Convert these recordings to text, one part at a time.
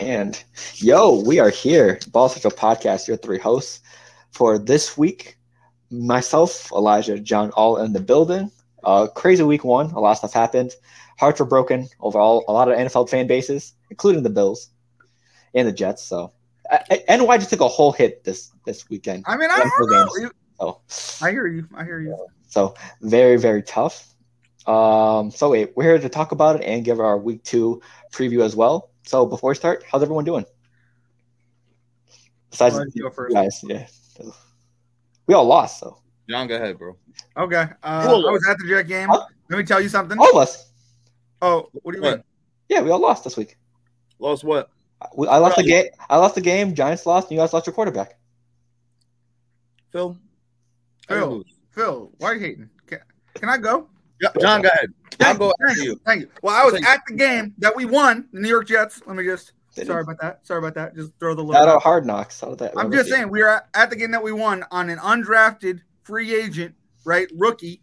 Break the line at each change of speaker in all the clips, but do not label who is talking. And yo, we are here, Ball Central Podcast, your three hosts for this week. Myself, Elijah, John, all in the building. Uh, crazy week one. A lot of stuff happened. Hearts were broken overall. A lot of NFL fan bases, including the Bills and the Jets. So Uh, I, I, NY just took a whole hit this this weekend.
I mean, I
Yeah, for
don't know.
games. So
I hear you. I hear you.
so very, very tough. Um, so wait, we're here to talk about it and give our week two preview as well. So before we start, how's everyone doing? Besides
Alright,
you
go first.
guys, yeah. We all lost, so
John, go ahead, bro.
Okay. Uh, I
Cool.
was at the Jet game.
Huh?
Let me tell you something.
all of us.
Oh, what do you mean?
What?
Yeah, we all lost this week.
Lost what?
We- I lost the
Right.
game. I lost the game. Giants lost. And you guys lost your quarterback.
Phil?
Phil.
Phil.
Phil, why are you hating? Can, can I go?
John, go ahead. I'll go
Thank
after you.
Thank you. Well, I was
Thank
at the game that we won, the New York Jets. Let me just.
Didn't-
Sorry about that. Sorry about that. Just throw the
Shout
little.
out hard knocks. How did that
I'm just saying we are at the game that we won on an undrafted free agent, right? Rookie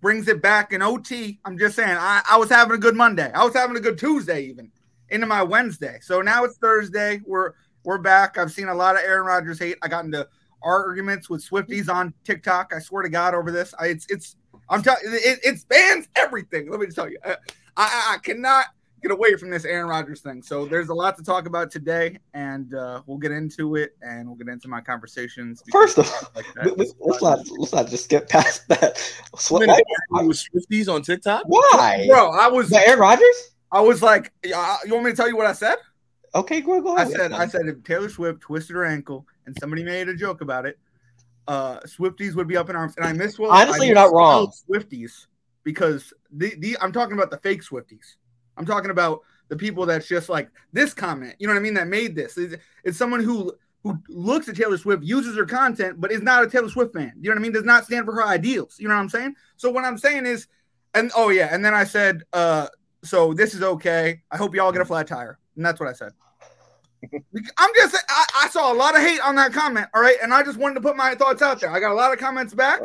brings it back in OT. I'm just saying I, I was having a good Monday. I was having a good Tuesday even into my Wednesday. So now it's Thursday. We're we're back. I've seen a lot of Aaron Rodgers hate. I got into arguments with Swifties on TikTok. I swear to God over this. I, it's it's I'm telling it, it spans everything. Let me just tell you. Uh, I, I I cannot get away from this Aaron Rodgers thing. So there's a lot to talk about today, and uh, we'll get into it, and we'll get into my conversations.
First of all,
like
We- we- let's not let's not just skip past that. So,
Wait a
why?
minute. You was Swifties on TikTok?
why?
bro, I
Is
was
that Aaron Rodgers?
I was like, yeah, I- you want me to tell you what I said?
Okay, go, go
I
ahead.
said I said if Taylor Swift twisted her ankle and somebody made a joke about it, uh, Swifties would be up in arms. And I miss well,
Honestly,
I
you're not wrong.
misspelled Swifties because the, the I'm talking about the fake Swifties. I'm talking about the people that's just like this comment. You know what I mean? That made this. It's, it's someone who who looks at Taylor Swift, uses her content, but is not a Taylor Swift fan. You know what I mean? Does not stand for her ideals. You know what I'm saying? So what I'm saying is, and oh yeah, and then I said, uh, so this is okay. I hope y'all get a flat tire, and that's what I said. Bec- I'm just, I, I saw a lot of hate on that comment. All right, and I just wanted to put my thoughts out there. I got a lot of comments back.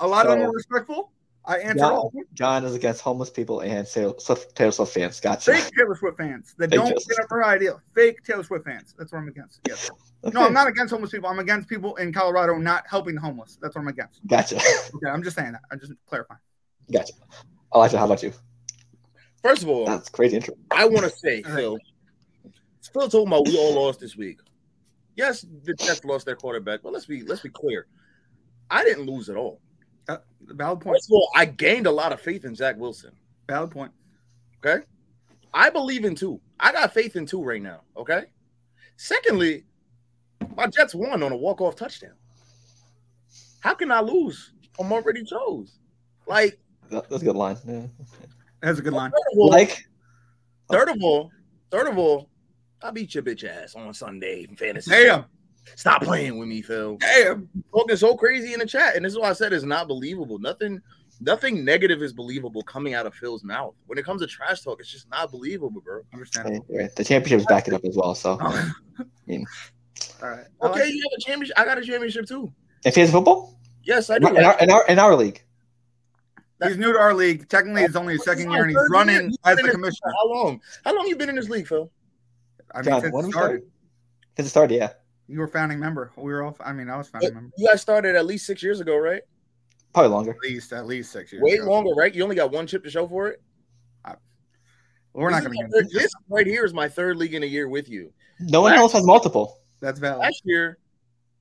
A lot of them were respectful. I answered
Oh, Yeah.
all. of them.
John is against homeless people and Taylor Swift, Taylor Swift fans. Gotcha.
Fake Taylor Swift fans that
Fake
don't
Taylor
get up her ideal. Fake Taylor Swift fans. That's what I'm against. Yes. No, I'm
Okay,
not against homeless people. I'm against people in Colorado not helping the homeless. That's what I'm against.
Gotcha.
Okay, I'm just saying that. I'm just clarifying.
Gotcha. Elijah, how about you?
First of all,
That's crazy intro.
I want to say, Phil, Phil told me we all lost this week. Yes, the Jets lost their quarterback, but let's be let's be clear. I didn't lose at all.
Valid point.
First of all, I gained a lot of faith in Zach Wilson.
Valid point.
I believe in two. I got faith in two right now. Okay. Secondly, my Jets won on a walk-off touchdown. How can I lose? I'm already chose. Like,
That- That's a good line. Yeah.
That's a good line.
third of all,
Like,
third of all, third of all, I beat your bitch ass on Sunday in fantasy.
Damn.
Stop playing with me, Phil.
Damn.
Talking so crazy in the chat, and this is why I said it's not believable. Nothing, nothing negative is believable coming out of Phil's mouth. When it comes to trash talk, it's just not believable, bro.
Understandable.
yeah, the championships back it up as well. So,
All
mean.
right. I
Okay,
like-
you have a championship. I got a championship too.
in fantasy football,
Yes, I
in
do.
our, in our in our, in our league,
He's new to our league. Technically, it's only his second year, and he's running as the commissioner.
How long? How long you been in this league, Phil?
I mean,
John,
since
when
it
we
started,
started, since it started, yeah,
you were founding member. We were all. I mean, I was founding member.
You guys started at least six years ago, right?
probably longer.
At least, at least six years.
Way
ago.
longer, right? You only got one chip to show for it.
We're not
This
going to get
is my third-
into
this right here is my third league in a year with you.
No one
Last-
else has multiple.
That's valid.
Last year,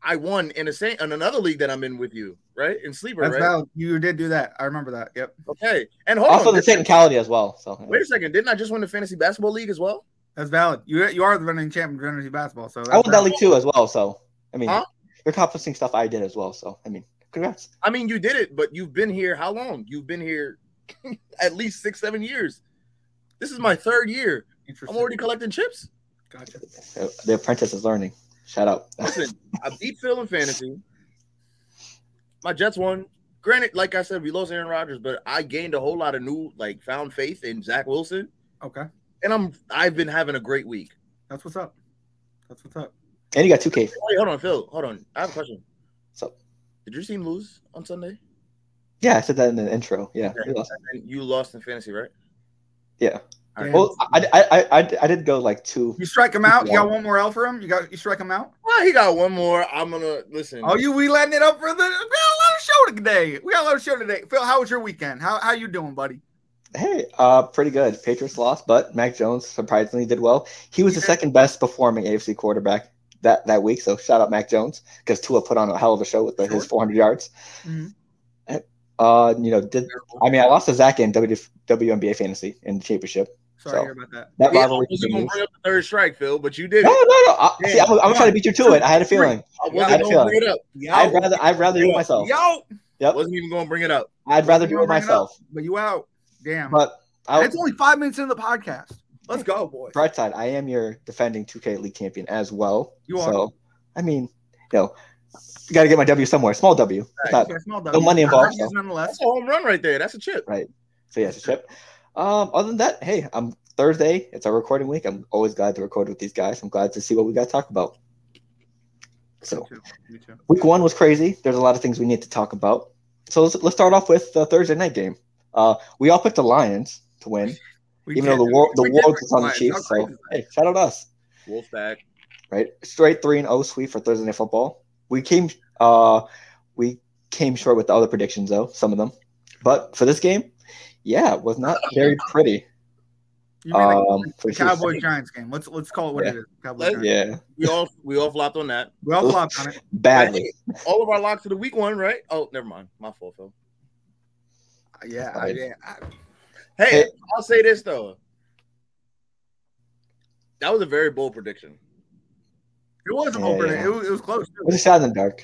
I won in a same in another league that I'm in with you, right? In sleeper,
That's
right?
valid. You did do that. I remember that. Yep.
Okay, and
Oh,
hold
also,
on.
the technicality as well. So, yeah.
Wait a second, didn't I just win the fantasy basketball league as well?
That's valid. You you are the running champion of fantasy basketball. So that's
I won that
valid.
league too as well. So, I mean,
Huh?
you're accomplishing stuff I did as well. So, I mean, congrats.
I mean, you did it, but you've been here how long? You've been here at least six, seven years. This is my third year. I'm
Interesting.
already collecting chips.
Gotcha.
Uh, The apprentice is learning. Shout out.
Listen, I beat Phil in fantasy. My Jets won. Granted, like I said, we lost Aaron Rodgers, but I gained a whole lot of new, like, found faith in Zach Wilson,
Okay.
and I'm I've been having a great week.
That's what's up. That's what's up.
and you got 2K.
Wait, hold on, Phil. Hold on. I have a question.
So,
Did your team lose on Sunday?
yeah, I said that in the intro. Yeah. we lost.
And you lost in fantasy, right?
Yeah.
All right.
Well, I, I, I, I- I did go like two.
You strike him out. You got
Yeah.
one more L for him. You got you strike him out.
Well, he got one more. I'm gonna listen.
Oh, you we letting it up for the we got a lot of show today. We got a lot of show today. Phil, how was your weekend? How how you doing, buddy?
Hey, uh, pretty good. Patriots lost, but Mac Jones surprisingly did well. He was the
Yeah.
second best performing AFC quarterback that, that week. So shout out Mac Jones because Tua put on a hell of a show with the, his
Sure.
400 yards.
Mhm.
Uh, you know, did I mean I lost to Zach in WD WNBA fantasy in the championship.
Sorry
So-
to hear about that.
That
Yeah, I
rivalry. Oh,
wasn't gonna
continues.
bring up the third strike, Phil, but you did.
No, no,
it.
no. I,
Yeah,
see, I was, I was
come
trying to beat you to it. I had a feeling. I
I
had
wasn't
a
gonna bring it up.
I'd
Yo,
rather I'd rather do it myself.
Yo,
I wasn't even gonna bring it up.
I'd rather
You
do
wanna
it
bring it up?
myself.
but you out. Damn.
But I,
it's only five minutes into the podcast. Let's go, boys.
bright side, I am your defending 2K league champion as well.
You are.
So, I mean, you know, you got to get my W somewhere. Small W. It's not-
Okay, small
no money involved,
Yes, Nonetheless,
That's a home run right there. That's a chip.
so yeah, it's a trip. Um, other than that, hey, I'm Thursday. It's our recording week. I'm always glad to record with these guys. I'm glad to see what we got to talk about. So,
Me too, me too.
week one was crazy. There's a lot of things we need to talk about. So let's, let's start off with the Thursday night game. Uh, we all picked the Lions to win,
We
even
did.
though the world the
We did
world
pick
was on the
Lions.
Chiefs.
How
So
crazy is that?
hey, shout out us.
Wolfpack.
right? Straight three and O sweep for Thursday Night Football. We came, uh, we came short with the other predictions though, some of them. But for this game, yeah, it was not very pretty.
You mean like
Um, for
the
Chiefs.
Cowboys Giants game? Let's let's call it what
Yeah.
it is.
Let's-
Cowboys Giants.
yeah,
We all we all flopped on that.
We all flopped on it.
badly.
All of our locks to the week one, right? Oh, never mind. My fault, Phil.
Yeah, I,
Right.
yeah. I-
Hey,
Hey.
I'll say this though. That was a very bold prediction.
it was an
Yeah,
open.
yeah.
It, was, it was close.
It was
Too.
a shot in the dark.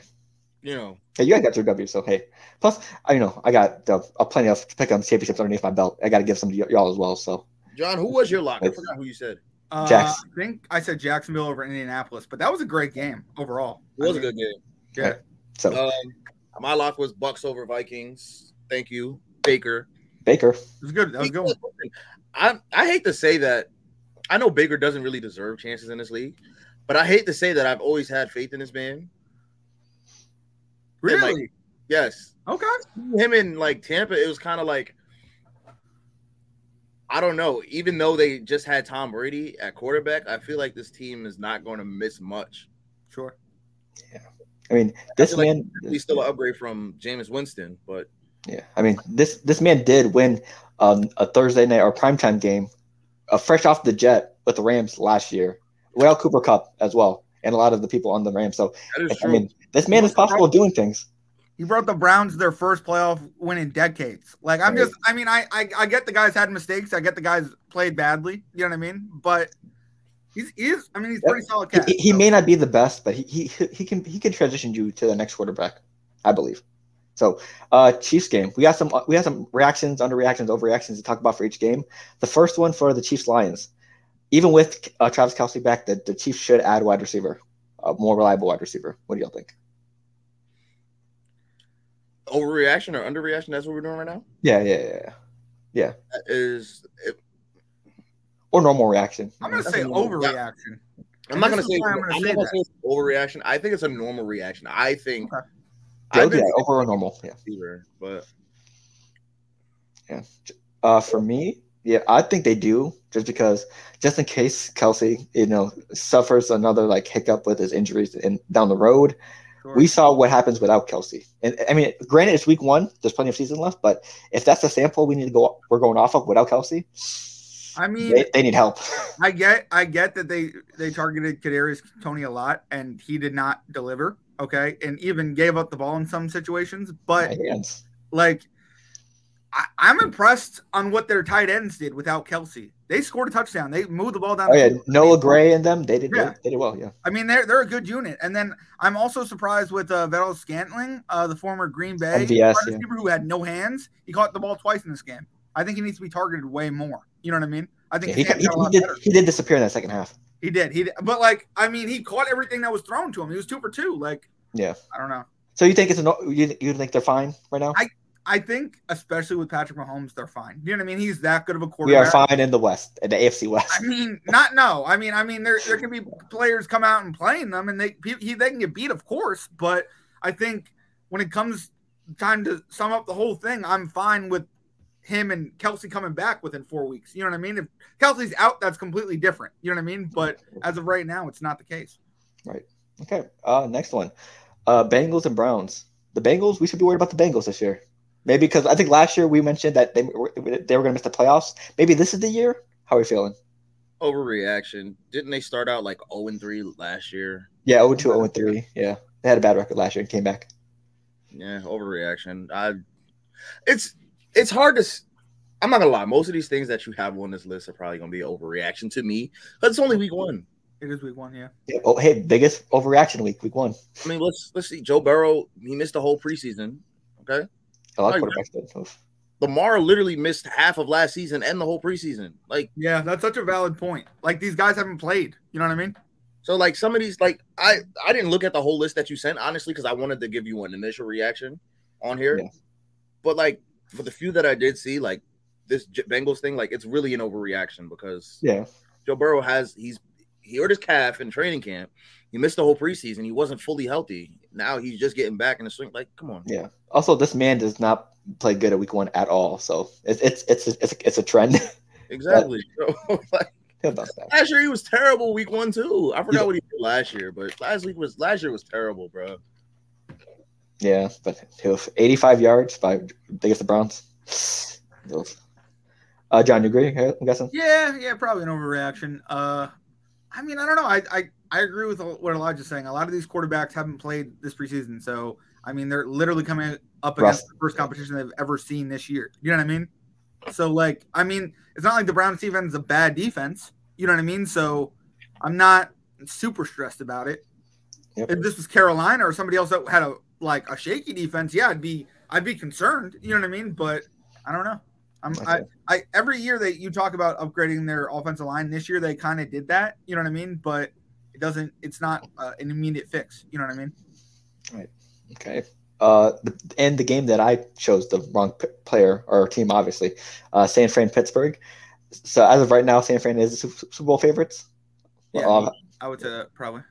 You know,
Hey, you guys got your W, so hey. Plus, I you know I got uh, plenty of pick 'em championships underneath my belt. I got to give some to y- y'all as well. So
John, who was your lock? I forgot who you said.
Uh,
Jackson.
I think I said Jacksonville over Indianapolis, but that was a great game overall.
It was
I
a
mean,
good game.
so
Uh,
Um, my lock was Bucks over Vikings. Thank you, Baker.
Baker,
It was good. That was a good. One.
I I hate to say that. I know Baker doesn't really deserve chances in this league, but I hate to say that I've always had faith in this man.
Really?
Yes,
okay.
him in like Tampa, it was kind of like I don't know. Even though they just had Tom Brady at quarterback, I feel like this team is not going to miss much.
Sure.
I mean this
feel like
man.
We still an upgrade from Jameis Winston, but
Yeah, I mean this this man did win um, a Thursday night or primetime game, uh, fresh off the jet with the Rams last year. Well, Cooper Cup as well, and a lot of the people on the Rams. So
that is
I
true.
mean, this man is possible of doing things.
He brought the Browns to their first playoff win in decades. Like I'm
Right.
just, I mean, I, I I get the guys had mistakes. I get the guys played badly. You know what I mean? But he's he is. I mean, he's a pretty solid cat.
He, he
so.
may not be the best, but he, he he can he can transition you to the next quarterback, I believe. So, uh, Chiefs game. We got some we had some reactions, underreactions, overreactions to talk about for each game. The first one for the Chiefs Lions. Even with uh, Travis Kelsey back, the, the Chiefs should add wide receiver, a more reliable wide receiver. What do y'all think?
Overreaction or underreaction? That's what we're doing right now.
Yeah, yeah, yeah, yeah.
That is. It,
Or normal reaction.
I'm gonna
That's
say
a little-
overreaction.
I'm
And
not
this
gonna
is
say.
why I'm gonna
I'm
say
not gonna
that.
say it's overreaction. I think it's a normal reaction. I think.
Okay.
Yeah,
I've been
yeah, over or normal. Yeah.
receiver, but
Uh, for me, yeah, I think they do just because just in case Kelsey, you know, suffers another like hiccup with his injuries and down the road,
Sure.
we saw what happens without Kelsey. And I mean, granted, it's week one. There's plenty of season left, but if that's the sample we need to go, we're going off of without Kelsey.
I mean-
they, they need help.
I get I get that they they targeted Kadarius Tony a lot and he did not deliver. Okay, and even gave up the ball in some situations. But
My hands.
like, I, I'm impressed on what their tight ends did without Kelsey. They scored a touchdown. They moved the ball down.
Oh
the
yeah,
field.
Noah Gray and them. They did.
Yeah.
They did well. Yeah.
I mean, they're they're a good unit. And then I'm also surprised with uh, Vettel Scantling, uh, the former Green Bay
MVS,
wide
yeah.
receiver who had no hands. He caught the ball twice in this game. I think he needs to be targeted way more. You know what I mean? I think
Yeah, he,
his hands
he,
got a
he
lot
did.
better.
He did disappear in that second half.
He did. He did. But like, I mean, he caught everything that was thrown to him. He was two for two. Like,
Yeah.
I don't know.
So you think it's a no, you, you think they're fine right now?
I- I think, especially with Patrick Mahomes, they're fine. You know what I mean? He's that good of a
We are
quarterback.
fine in the West, in the AFC
I
West.
mean, not no. I mean, I mean, there there can be players come out and playing them, and they pe- he, they can get beat, of course. But I think when it comes time to sum up the whole thing, I'm fine with him and Kelsey coming back within four weeks. You know what I mean? If Kelsey's out, that's completely different. You know what I mean? But as of right now, it's not the case.
Okay. Uh, next one. Uh, Bengals and Browns. The Bengals. We should be worried about the Bengals this year. Maybe because I think last year we mentioned that they were- they were going to miss the playoffs. Maybe this is the year. How are we feeling?
Overreaction. Didn't they start out like 0 and 3 last year?
Yeah, 0 2, 0 3. Yeah. They had a bad record last year and came back.
Yeah, overreaction. I it's it's hard to s- I'm not gonna lie, most of these things that you have on this list are probably gonna be overreaction to me. But it's only week one.
It is week one, yeah.
Yeah. Oh, hey, biggest overreaction week, week one.
I mean, let's let's see. Joe Burrow, he missed the whole preseason. Okay.
A lot of
Oh,
quarterbacks did. Oof.
Lamar literally missed half of last season and the whole preseason. Like
Yeah, that's such a valid point. Like these guys haven't played. You know what I mean?
so, like some of these, like I I didn't look at the whole list that you sent honestly because I wanted to give you an initial reaction on here.
Yeah.
But like for the few that I did see, like this J- Bengals thing, like it's really an overreaction because
Yeah.
Joe Burrow has he's he hurt his calf in training camp. He missed the whole preseason. He wasn't fully healthy. Now he's just getting back in the swing. Like, come on.
Yeah. Also, this man does not play good at week one at all. So it's it's it's it's a, it's a trend.
Exactly. So, like,
He'll bounce back.
Last year he was terrible week one too. I forgot
Yeah.
what he did last year, but last week was last year was terrible, bro.
Yeah, but he'll 85 yards by against the Browns. Oof. Uh, John, you agree? I'm guessing.
Yeah, yeah, probably an overreaction. Uh, I mean, I don't know. I, I I agree with what Elijah's saying. A lot of these quarterbacks haven't played this preseason, so I mean, they're literally coming up against the first competition they've ever seen this year. You know what I mean? So, like, I mean, it's not like the Browns defense is a bad defense. You know what I mean? So, I'm not super stressed about it.
Yep.
If this was Carolina or somebody else that had a like a shaky defense, yeah, I'd be I'd be concerned. You know what I mean? But I don't know. I'm, I,
Okay.
I every year that you talk about upgrading their offensive line, this year they kind of did that. You know what I mean? But it doesn't. It's not uh, an immediate fix. You know what I mean?
Okay. Uh, the, and the game that I chose the wrong p- player or team, obviously, uh, San Fran Pittsburgh. So as of right now, San Fran is the Sup- Super Bowl favorites.
Yeah.
Uh,
I would say probably.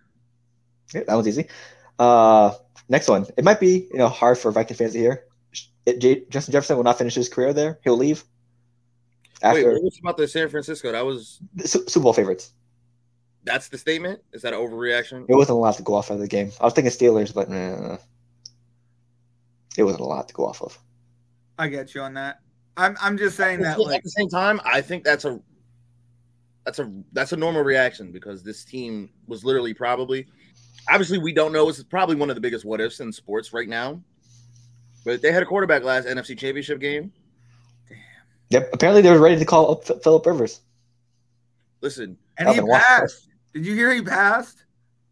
yeah, that was easy. Uh, next one. It might be you know hard for Viking fans to hear. It, J- Justin Jefferson will not finish his career there. He'll leave
Wait,
after
what was about the San Francisco? That was
the Su- Super Bowl favorites.
that's the statement. Is that an overreaction?
It wasn't a lot to go off of the game. I was thinking Steelers, but nah, it wasn't a lot to go off of.
I get you on that. I'm I'm just saying that like
At the same time, I think that's a that's a that's a normal reaction because this team was literally probably obviously we don't know. It's probably one of the biggest what ifs in sports right now. But they had a quarterback last NFC Championship game.
Yep. Apparently, they were ready to call up Phil- Philip Rivers.
Listen,
and he
I've been watching.
passed. Did you hear he passed?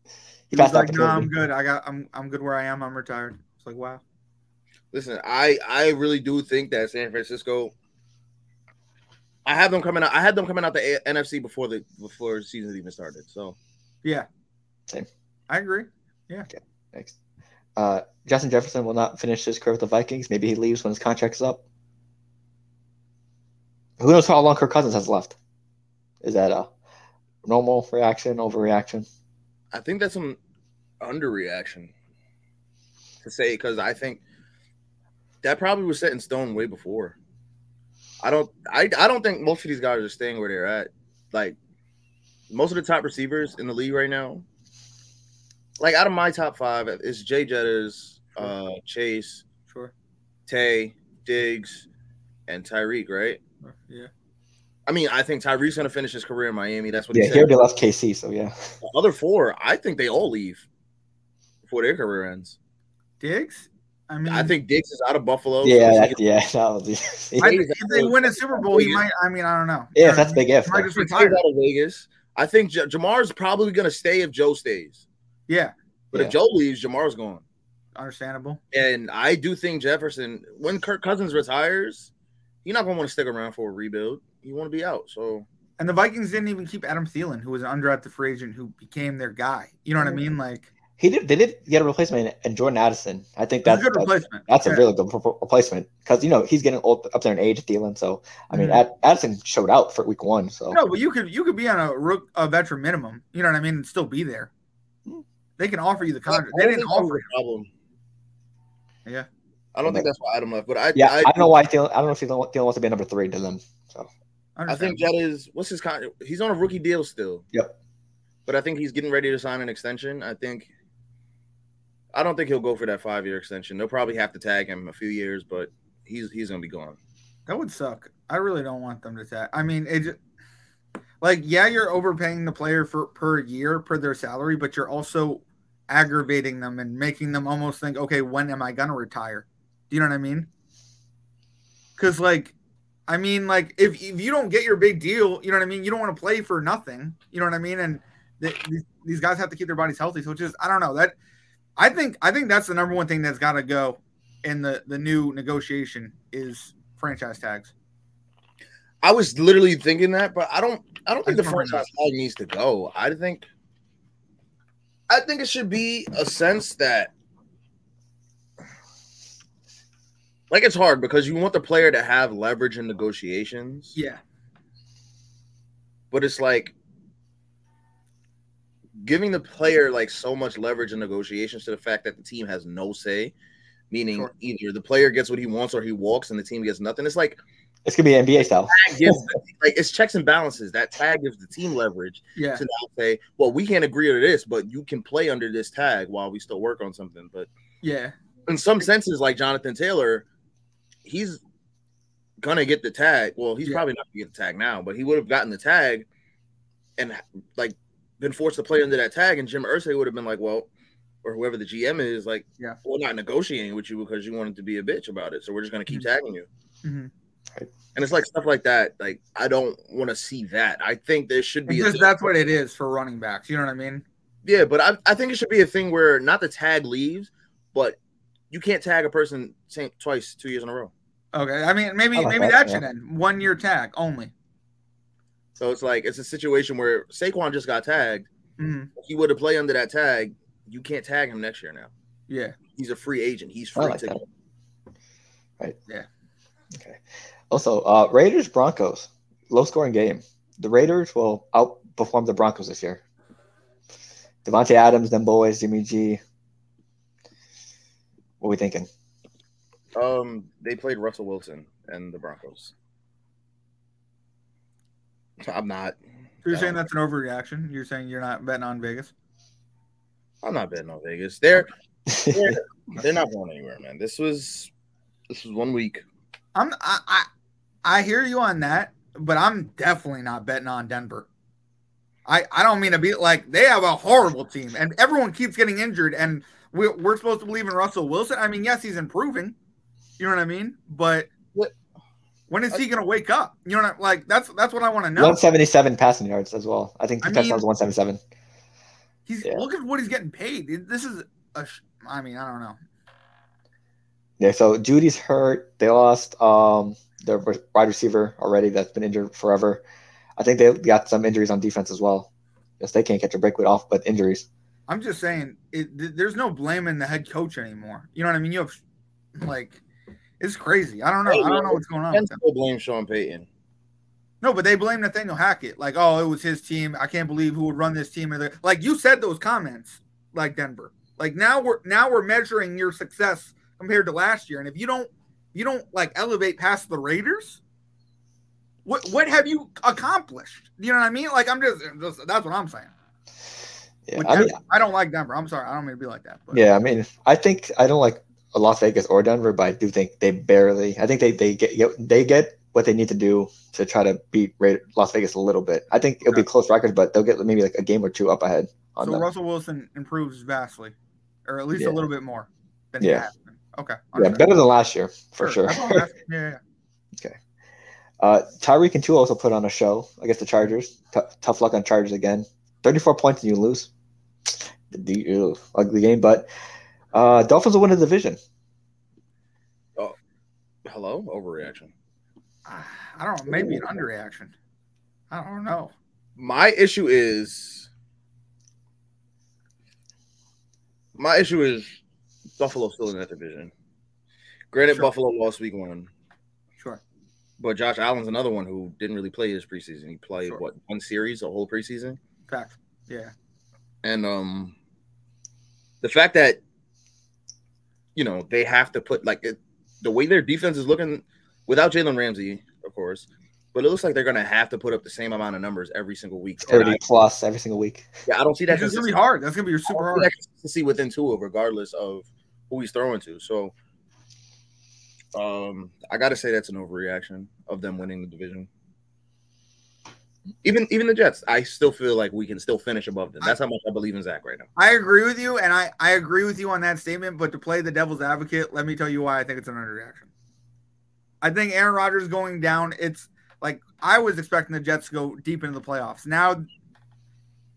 He
He
passed
was
the
like, no,
opportunity.
I'm good. I got I'm I'm good where I am. I'm retired. It's like wow.
Listen, I I really do think that San Francisco. I have them coming out. I had them coming out the A- NFC before the before the season even started. So
Yeah.
Same.
I agree.
Next. Uh, Justin Jefferson will not finish his career with the Vikings. Maybe he leaves when his contract's up. Who knows how long Kirk Cousins has left? Is that a normal reaction, overreaction?
I think that's some underreaction to say because I think that probably was set in stone way before. I don't. I I don't think most of these guys are staying where they're at. Like most of the top receivers in the league right now. Like out of my top five, it's Jay Jettas, uh, Chase,
Sure.
Tay, Diggs, and Tyreek, right?
Yeah.
I mean, I think Tyreek's gonna finish his career in Miami. That's what
Yeah,
he
he
said.
already left KC, so yeah.
The other four, I think they all leave before their career ends.
Diggs. I mean,
I think Diggs is out of
Oh,
Buffalo.
Yeah,
So
that, yeah, that was
I,
the,
if they win a Super Bowl, he might. I mean, I don't know.
yeah, that's a big if.
He might
though.
just
Diggs is
retire.
out of Vegas. I think J- Jamar's probably gonna stay if Joe stays.
Yeah,
But
Yeah.
if Joe leaves, Jamar's gone.
understandable.
And I do think Jefferson, when Kirk Cousins retires, he's not gonna want to stick around for a rebuild. You want to be out. So
And the Vikings didn't even keep Adam Thielen, who was an undrafted free agent who became their guy. You know what I mean? Like,
He did. They did get a replacement in Jordan Addison. I think
that's
that's
a good
that's,
replacement.
that's
Yeah.
a really good re- replacement because you know he's getting old up there in age, Thielen. So I mean,
Mhm.
Ad- Addison showed out for week one. So
No, but you could you could be on a rook a veteran minimum. You know what I mean? And still be there.
Hmm.
They can offer you the contract. They
I
didn't
think that was
offer.
a problem.
Yeah.
I don't think that's why Adam left, but I
Yeah, I,
I,
don't know why Thielen, I don't know if Thielen, Thielen wants to be number three to them. So
I think Jet is what's his con? He's on a rookie deal still.
Yep.
But I think he's getting ready to sign an extension. I think. I don't think he'll go for that five year extension. They'll probably have to tag him a few years, but he's he's gonna be gone.
That would suck. I really don't want them to tag. I mean, it just, like yeah, you're overpaying the player for per year per their salary, but you're also aggravating them and making them almost think, okay, when am I gonna retire? Do you know what I mean? Because like, I mean, like if if you don't get your big deal, you know what I mean. You don't want to play for nothing. You know what I mean? And th- these, these guys have to keep their bodies healthy. So it's just I don't know that. I think I think that's the number one thing that's got to go in the the new negotiation is franchise tags.
I was literally thinking that, but I don't. I don't think
I
the
don't remember.
franchise tag needs to go. I think. I think it should be a sense that. Like it's hard because you want the player to have leverage in negotiations,
Yeah.
but it's like giving the player like so much leverage in negotiations to the fact that the team has no say, meaning
Sure.
either the player gets what he wants or he walks and the team gets nothing. It's like
it's gonna be NBA style.
tag gives the- like it's checks and balances. That tag gives the team leverage
Yeah.
to now say, well, we can't agree to this, but you can play under this tag while we still work on something. But
Yeah.
in some senses, like Jonathan Taylor, he's gonna get the tag. Well, he's
Yeah.
probably not gonna get the tag now, but he would have gotten the tag and like been forced to play under that tag, and Jim Ursay would have been like, well. Or whoever the GM is, like,
Yeah.
we're not negotiating with you because you wanted to be a bitch about it. So we're just gonna keep
Mhm.
tagging you.
Mhm.
And it's like stuff like that. Like I don't want to see that. I think there should be. a
Because that's what it is for running backs. You know what I mean?
Yeah, but I, I think it should be a thing where not the tag leaves, but you can't tag a person same, twice two years in a row.
Okay. I mean, maybe
I like
maybe
that,
that, should end one year tag only.
So it's like it's a situation where Saquon just got tagged.
Mhm.
If he would have played under that tag, you can't tag him next year now.
Yeah.
He's a free agent. He's
I
free
like
to
that. Right.
Yeah.
Okay. Also, uh, Raiders Broncos low scoring game. The Raiders will outperform the Broncos this year. Devontae Adams, them boys, Jimmy G. What we thinking?
Um, they played Russell Wilson and the Broncos. I'm not.
So you're saying
Um,
that's an overreaction. You're saying you're not betting on Vegas.
I'm not betting on Vegas. They're they're not going anywhere, man. This was this was one week.
I'm I I, I hear you on that, but I'm definitely not betting on Denver. I, I don't mean to be like they have a horrible team and everyone keeps getting injured and we're, we're supposed to believe in Russell Wilson. I mean, yes, he's improving. You know what I mean? But
What-
when is he going to wake up? You know what I, like that's that's what I want to know.
177 passing yards as well. I think the
I
touchdowns
mean-
177.
He's
Yeah.
look at what he's getting paid. This is a. sh- I mean, I don't know.
Yeah, so Judy's hurt. They lost um, their wide receiver already that's been injured forever. I think they got some injuries on defense as well. Yes, they can't catch a break with off, but injuries.
I'm just saying, it, th- there's no blaming the head coach anymore. You know what I mean? You have like, it's crazy. I don't know. I don't know what's going on.
And
With them.
still blame Sean Payton.
No, but they blame Nathaniel Hackett. Like, oh, it was his team. I can't believe who would run this team. And they're- Like you said, those comments, like Denver. Like now we're now we're measuring your success compared to last year. And if you don't you don't like elevate past the Raiders, what what have you accomplished? You know what I mean? Like I'm just, just- that's what I'm saying.
Yeah,
With
I mean,
Denver- I don't like Denver. I'm sorry. I don't mean to be like that. But
yeah, I mean, I think I don't like Las Vegas or Denver, but I do think they barely. I think they they get they get what they need to do to try to beat Ra- Las Vegas a little bit. I think it'll be close records, but they'll get maybe like a game or two up ahead on
So
them.
Russell Wilson improves vastly, or at least
Yeah.
a little bit more than
Yeah.
he has been. Okay.
Yeah,
understand.
better than last year for sure.
That's all I'm asking. Yeah, yeah, yeah.
Uh, Tyreek and Tua also put on a show against the Chargers. T- tough luck on Chargers again. 34 points and you lose. The, the- ew, ugly game, but uh, Dolphins will win the division.
Hello, overreaction.
I- I don't know. Maybe an underreaction. I don't know.
My issue is my issue is Buffalo still in that division. Granted,
Sure.
Buffalo lost week one,
Sure.
but Josh Allen's another one who didn't really play his preseason. He played
Sure.
what one series, a whole preseason.
Fact. Yeah.
and um the fact that you know, they have to put like it, the way their defense is looking without Jalen Ramsey, of course, but it looks like they're going to have to put up the same amount of numbers every single week. And
thirty
I-
plus every single week.
yeah, I don't see that.
That's gonna be
consistent-
hard. That's gonna be
I don't
super
see
hard.
that consistency within Tua, regardless of who he's throwing to. So, um, I got to say that's an overreaction of them winning the division. Even even the Jets, I still feel like we can still finish above them. That's how much I believe in Zach right now.
I agree with you, and I, I agree with you on that statement. But to play the devil's advocate, let me tell you why I think it's an underreaction. I think Aaron Rodgers going down. It's like I was expecting the Jets to go deep into the playoffs. Now,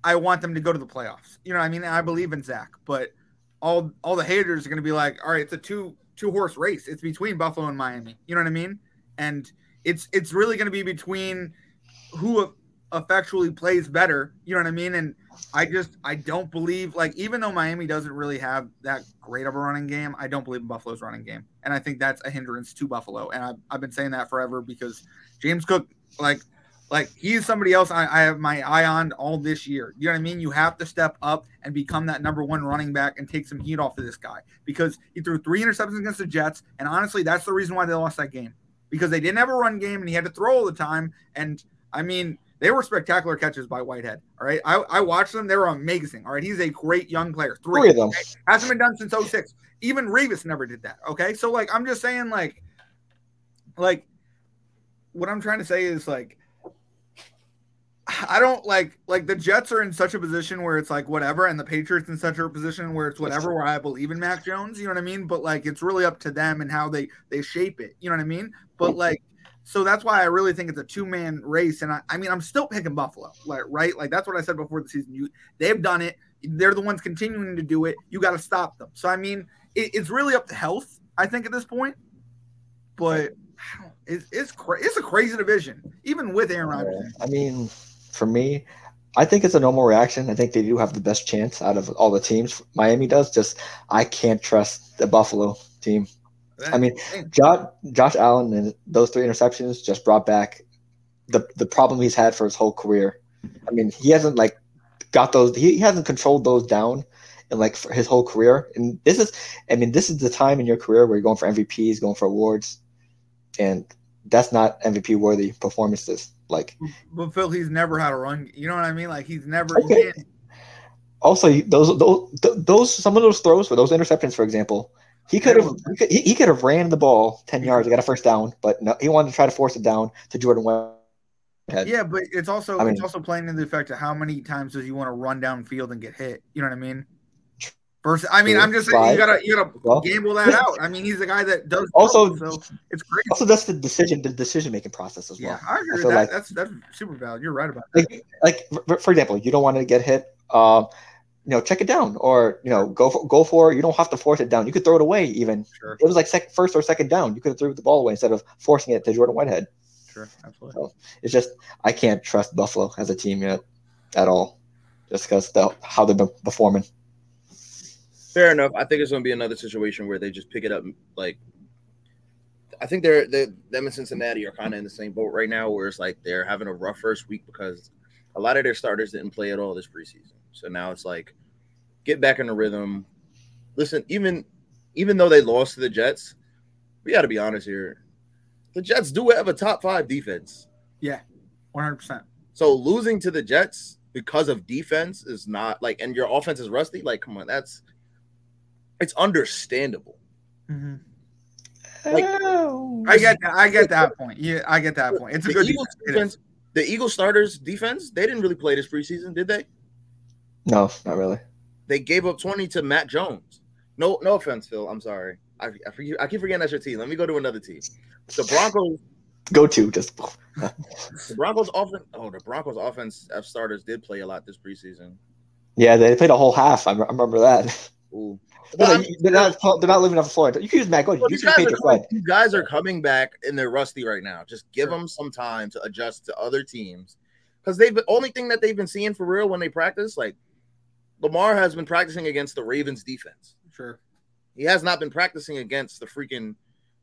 I want them to go to the playoffs. You know, what I mean, I believe in Zach, but all all the haters are going to be like, all right, it's a two two horse race. It's between Buffalo and Miami. You know what I mean? And it's it's really going to be between who effectually plays better. You know what I mean? And I just I don't believe like even though Miami doesn't really have that great of a running game, I don't believe in Buffalo's running game, and I think that's a hindrance to Buffalo. And I've, I've been saying that forever because James Cook, like, like he's somebody else I, I have my eye on all this year. You know what I mean? You have to step up and become that number one running back and take some heat off of this guy because he threw three interceptions against the Jets, and honestly, that's the reason why they lost that game because they didn't have a run game and he had to throw all the time. And I mean, they were spectacular catches by Whitehead. All right. I, I watched them. They were amazing. All right. He's a great young player. Three.
Three of them.
Hasn't been done since 06. Even Revis never did that. Okay. So like I'm just saying, like, like what I'm trying to say is like I don't like like the Jets are in such a position where it's like whatever, and the Patriots in such a position where it's whatever. Where I believe in Mac Jones, you know what I mean. But like, it's really up to them and how they they shape it. You know what I mean. But like, so that's why I really think it's a two man race. And I, I mean, I'm still picking Buffalo, like right, like that's what I said before the season. You they've done it. They're the ones continuing to do it. You got to stop them. So I mean, it, it's really up to health, I think, at this point. But I don't- it's it's cra- it's a crazy division, even with Aaron Rodgers. in it.
I mean, for me, I think it's a normal reaction. I think they do have the best chance out of all the teams. Miami does. Just I can't trust the Buffalo team. I mean, Josh, Josh Allen and those three interceptions just brought back the the problem he's had for his whole career. I mean, he hasn't like got those. He, he hasn't controlled those down, and like for his whole career. And this is, I mean, this is the time in your career where you're going for MVPs, going for awards, and that's not MVP worthy performances. Like
But Phil, he's never had a run. You know what I mean? Like he's never.
Okay.
he can't-
also you- those those th- those some of those throws for those interceptions, for example, he could have he could- he, he could have ran the ball ten yards, and got a first down, but no, he wanted to try to force it down to Jordan Whitehead.
yeah, but it's also
I mean-
it's also playing in the effect of how many times does you want to run downfield and get hit? You know what I mean? Versus, I mean, I'm just saying you
Right.
gotta you gotta
Well,
gamble that out. I mean, he's the guy that does
Also-
both, so it's great.
also that's the decision the decision making process as well.
Yeah, I agree with
feel
that.
like-
that's that's super valid. You're right about that.
like, like for, for example, you don't want to get hit. Um, you know, check it down, or you know, go for, go for. it. You don't have to force it down. You could throw it away. Even
Sure,
it was like sec- first or second down. You could have threw the ball away instead of forcing it to Jordan Whitehead.
sure, absolutely.
It's just I can't trust Buffalo as a team yet at all, just because the how they've been performing.
Fair enough. I think it's going to be another situation where they just pick it up. Like, I think they're, they them and Cincinnati are kind of in the same boat right now, where it's like they're having a rough first week because a lot of their starters didn't play at all this preseason. So now it's like get back in the rhythm. Listen, even even though they lost to the Jets, we got to be honest here. The Jets do have a top five defense.
One hundred percent.
So losing to the Jets because of defense is not like, and your offense is rusty. Like, come on, that's it's understandable.
Mm-hmm.
Like-
I get that. I get that point. Yeah, I get that point. It's a
the
good
Eagles
defense. It is.
defense. The Eagles starters defense. They didn't really play this preseason, did they?
no, not really.
They gave up twenty to Matt Jones. No, no offense, Phil. I'm sorry. I I, forget, I keep forgetting that's your team. Let me go to another team. The Broncos.
Go to just
The Broncos offense. Oh, the Broncos offense uh, starters did play a lot this preseason.
yeah, they played a whole half. I, I remember that.
Ooh.
They're, like, they're not they're not living off the floor. You can use Matt Gordon.
Well,
you
these,
can
guys
pay
are
your
coming,
friend.
these guys are coming back and they're rusty right now. Just give them some time to adjust to other teams because they've the only thing that they've been seeing for real when they practice. Like Lamar has been practicing against the Ravens defense.
Sure.
He has not been practicing against the freaking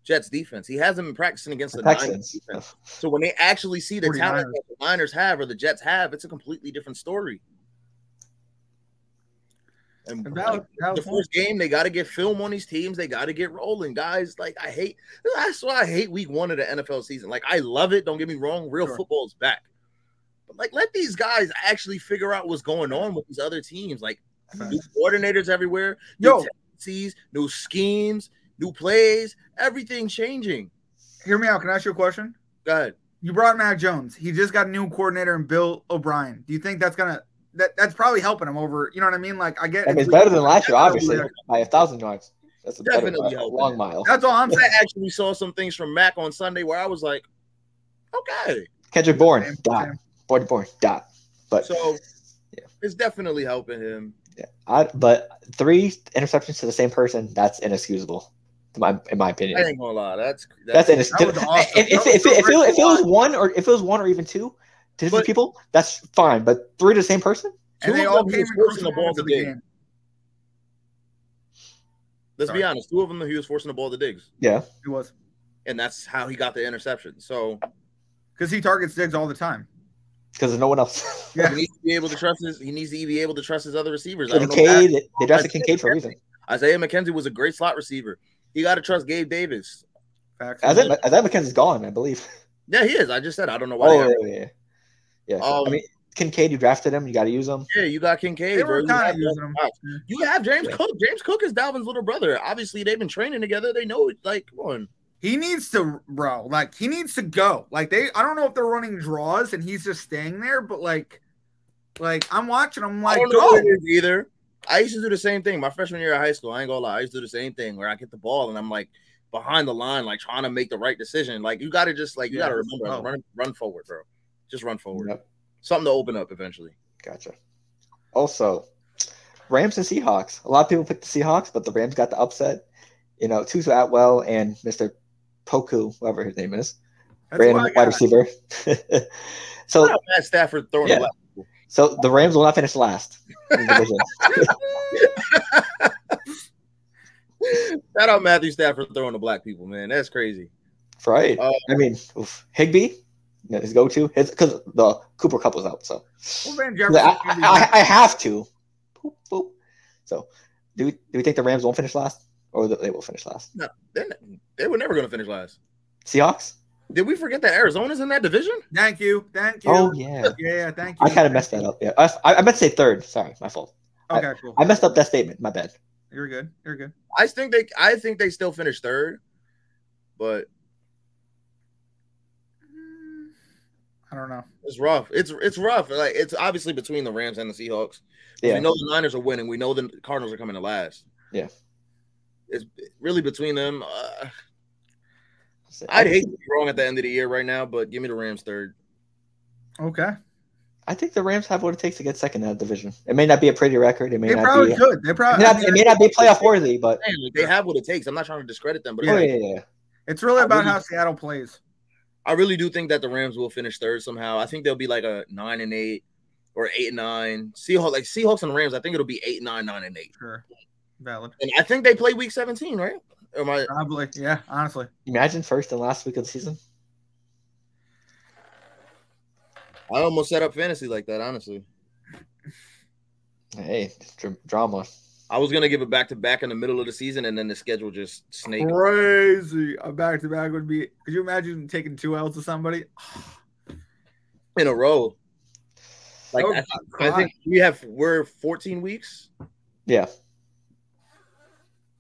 Jets defense. He hasn't been practicing against the Niners
Texans.
defense. So when they actually see the
49ers.
talent that the Niners have or the Jets have, it's a completely different story. And
And that was- that
the
was-
first game, they got to get film on these teams. They got to get rolling, guys. Like I hate that's why I hate week one of the NFL season. Like I love it. Don't get me wrong. Real
Sure.
football is back, but like let these guys actually figure out what's going on with these other teams. Like new coordinators everywhere, new
Yo.
tendencies, new schemes, new plays, everything changing.
hear me out. Can I ask you a question?
Go ahead.
You brought Mac Jones. He just got a new coordinator and Bill O'Brien. Do you think that's gonna that that's probably helping him over? You know what I mean? Like I get
I mean, it's better than last year,
Definitely.
obviously, by a thousand yards. That's a better
Definitely
a
helping.
long mile.
That's all I'm
I
saying.
actually saw some things from Mac on Sunday where I was like, okay,
Kendrick Bourne, dot. Bourne, Bourne, dot. But
so
Yeah.
it's definitely helping him.
I, but three interceptions to the same person—that's inexcusable, in my, in my opinion.
I ain't gonna lie, that's
That's
That
innocent.
was awesome.
If, if,
That
if, if, if,
was
it, if it was
awesome.
one or if it was one or even two to different
But-
people, that's fine. But three to the same person?
And they
Two of
all
them
came in
was forcing
crucial
the ball
moments of the
today.
game.
Let's
Sorry.
be honest. Two of them, he was forcing the ball to Diggs,
Yeah.
He was
and that's how he got the interception. So
because he targets digs all the time.
Because there's no one else.
Yeah.
he needs to be able to trust his. He needs to be able to trust his other receivers. I don't know why-
Kincaid, they drafted Kincaid for a reason.
Isaiah McKenzie was a great slot receiver. He got to trust Gabe Davis.
Facts.
Isaiah, Isaiah McKenzie's gone, I believe.
Yeah, he is. I just said I don't know why. they
Oh,
have-
yeah, yeah, yeah. Yeah, so,
Um,
I mean, Kincaid, you drafted him. You got to use him.
Yeah, you got Kincaid.
They
bro.
were
You
kind
have
of using him.
You have James
Yeah.
Cook. James Cook is Dalvin's little brother. Obviously, they've been training together. They know it. Like, come on.
He needs to, bro. Like he needs to go. Like they, I don't know if they're running draws and he's just staying there, but like, like I'm watching. I'm
I
like, oh,
don't know
go.
what it is either. I used to do the same thing my freshman year of high school. I ain't gonna lie. I used to do the same thing where I get the ball and I'm like behind the line, like trying to make the right decision. Like, you got to just, like, you
Yeah.
got to remember,
Oh.
run, run forward, bro. Just run forward.
Yep.
Something to open up eventually.
Gotcha. Also, Rams and Seahawks. A lot of people picked the Seahawks, but the Rams got the upset. You know, Tutu Atwell and Mr. Poku, whoever his name is,
That's
random
why I
wide
got-
receiver. so
Not Matt Stafford throwing
Yeah.
a left.
So the Rams will not finish last. in the division.
Shout out Matthew Stafford throwing to black people, man. That's crazy.
right.
Oh.
Uh,
I mean, oof. Higby, you know, his go-to, his because the Cooper Cup was out. So
Well, Van
I,
Jefferson can be
I, I, I have to. Boop, boop. So do we, do we think the Rams won't finish last, or that they will finish last?
Then they were never gonna finish last.
Seahawks?
Did we forget that Arizona's in that division?
Thank you. Thank you.
Oh yeah.
yeah, yeah. Thank you.
I kind of messed that up. Yeah, I, I, I meant to say third. Sorry, my fault.
Okay, cool.
I messed up that statement. My bad.
You're good. You're good.
I think they I think they still finished third, but
I don't know.
it's rough. It's it's rough. Like it's obviously between the Rams and the Seahawks.
Yeah.
We know the Niners are winning. We know the Cardinals are coming to last.
Yeah.
It's really between them. Uh, I'd hate to be wrong at the end of the year right now, but give me the Rams third.
Okay.
I think the Rams have what it takes to get second in that division. It may not be a pretty record. It may
They
not
probably
be.
could. They
It may
probably. I
not,
mean,
it may not be playoff worthy, but
Man, like, they have what it takes. I'm not trying to discredit them, but
oh
like,
yeah, yeah, yeah.
it's really
I
about
really-
how Seattle plays.
I really do think that the Rams will finish third somehow. I think they'll be like a nine and eight or eight and nine. Seahawks like Seahawks and Rams. I think it'll be eight, nine, nine and eight.
Sure. Valid.
And I think they play week 17, right? Or am I,
Probably. Yeah. Honestly.
Imagine first and last week of the season.
I almost set up fantasy like that, honestly.
Hey, dr- drama.
I was going to give it back to back in the middle of the season, and then the schedule just snaked.
Crazy. A back to back would be. Could you imagine taking two L's to somebody?
in a row. Like
Oh,
I, think, I think we have we're 14 weeks.
Yeah,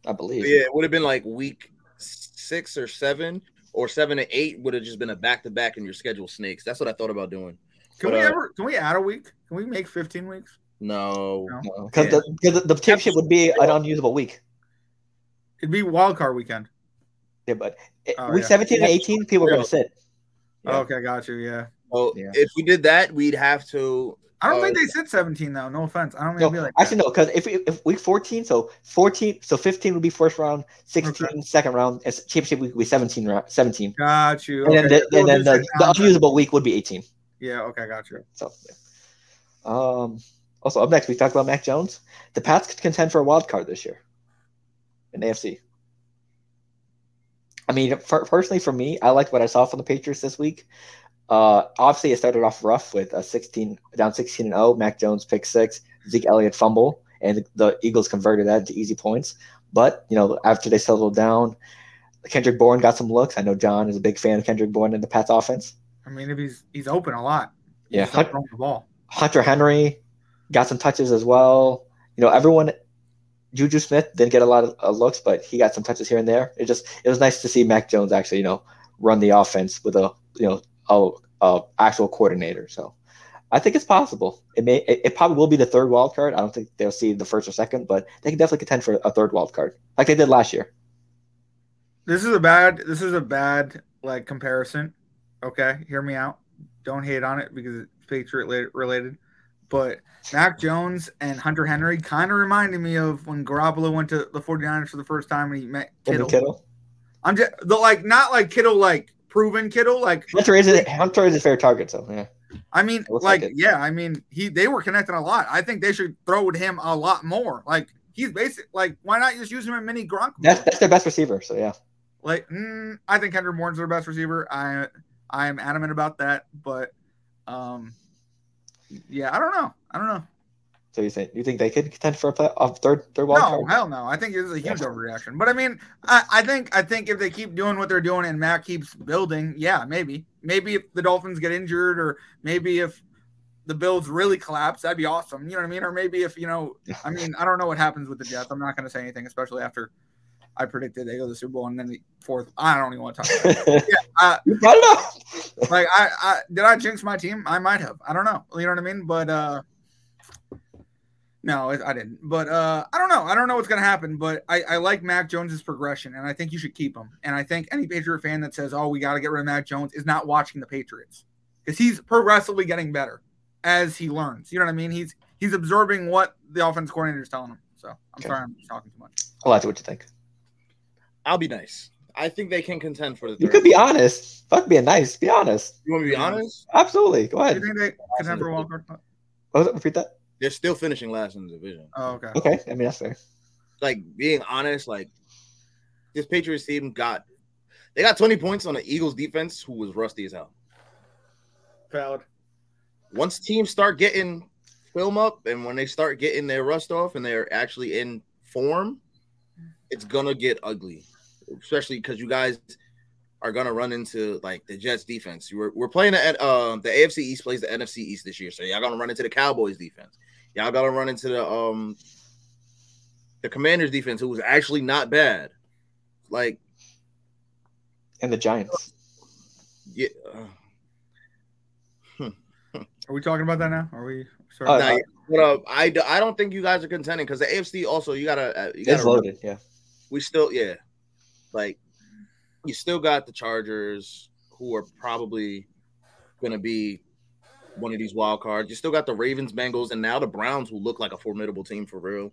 I believe.
Yeah, it would have been like week six or seven or seven and eight would have just been a back to back and your schedule snakes. That's what I thought about doing.
Can
But,
we
uh,
ever? Can we add a week? Can we make 15 weeks?
No,
No.
Because the, 'cause the, the championship would be an unusable week.
It'd be wild card weekend.
Yeah, but it-
Oh,
week
yeah.
17 and 18, people are going
Yeah.
to sit. Yeah.
Okay, got you. Yeah.
Oh,
Yeah.
if we did that, we'd have to.
I don't
Oh,
think they said 17 though. No offense. I don't mean
Uh, No,
to be like.
actually, no, because if, if week 14, so 14, so 15 would be first round, 16, second round, and championship week would be 17. Round, 17.
that. Got you.
And then,
Okay.
the, and then the, the
Yeah,
unusable week would be 18.
yeah. Okay. Got you.
So, yeah. um, also up next, we talked about Mac Jones. The Pats could contend for a wild card this year in AFC. I mean, per- personally, for me, I liked what I saw from the Patriots this week. Uh, obviously, oh, it started off rough with a 16 down 16 and 0. Mac Jones pick six, Zeke Elliott fumble, and the Eagles converted that to easy points. But you know, after they settled down, Kendrick Bourne got some looks. I know John is a big fan of Kendrick Bourne in the Pats offense.
I mean, if he's he's open a lot, he's
Yeah,
not
Hun-
throwing the ball.
Hunter Henry got some touches as well. You know, everyone. Juju Smith didn't get a lot of uh, looks, but he got some touches here and there. It just it was nice to see Mac Jones actually you know run the offense with a you know a, a actual coordinator. So I think it's possible. It may it, it probably will be the third wild card. I don't think they'll see the first or second, but they can definitely contend for a third wild card like they did last year.
This is a bad. This is a bad like comparison. Okay, hear me out. Don't hate on it because it's Patriot la- related. But Mac Jones and Hunter Henry kind of reminded me of when Garoppolo went to the 49ers for the first time and he met
Kittle.
Kittle.
Kittle.
I'm just the, like not like Kittle like proven Kittle like
Hunter is a, Hunter is a fair target, so yeah.
I mean,
It looks
like,
like it.
yeah, I mean, he they were connecting a lot. I think they should throw with him a lot more. Like, he's basic. Like, why not just use him in mini Gronk?
That's that's their best receiver, so yeah.
Like, mm, I think Kendrick Bourne's their best receiver. I I am adamant about that, but um, yeah, I don't know. I don't know.
So you think you think they could contend for a, play, a third third wild
No,
card?
hell no. I think it's a huge
Yeah.
overreaction. But I mean, I, I think I think if they keep doing what they're doing and Matt keeps building, yeah, maybe. Maybe if the Dolphins get injured or maybe if the Bills really collapse, that'd be awesome. You know what I mean? Or maybe if, you know, I mean, I don't know what happens with the Jets. I'm not gonna say anything, especially after I predicted they go to the Super Bowl and then the fourth. I don't even want to talk about it. uh,
you brought it up.
Like I, I did I jinx my team? I might have. I don't know. You know what I mean? But uh no, I I didn't. But uh, I don't know. I don't know what's gonna happen. But I, I like Mac Jones's progression, and I think you should keep him. And I think any Patriot fan that says, "Oh, we got to get rid of Mac Jones," is not watching the Patriots because he's progressively getting better as he learns. You know what I mean? He's he's observing what the offense coordinator is telling him. So I'm
Okay.
sorry, I'm talking too much.
I liked what you think.
I'll be nice. I think they can contend for the third.
You could be honest. Fuck being nice. Be honest.
You want me to be honest?
Absolutely. Go
Do you
ahead.
think they could have a wild card?
What was it? Repeat that.
They're still finishing last in the division.
Oh, okay.
Okay. I mean that's fair.
Like being honest, like this Patriots team got they got 20 points on the Eagles defense, who was rusty as hell.
Valid.
once teams start getting film up and when they start getting their rust off and they're actually in form, it's gonna get ugly, especially because you guys are gonna run into like the Jets defense. You were, we're playing the uh, the AFC East plays the NFC East this year, so y'all gonna run into the Cowboys defense. Y'all gonna run into the um the Commanders defense, who was actually not bad. Like
And the Giants.
Oh, yeah, uh,
Are we talking about that now? Are we? Sorry.
Uh,
nah, yeah, but uh, I d- I don't think you guys are contending because the AFC also you gotta uh, you
It's
gotta
loaded. Yeah.
we still yeah like you still got the chargers who are probably gonna be one of these wild cards you still got the ravens bengals and now the browns who look like a formidable team for real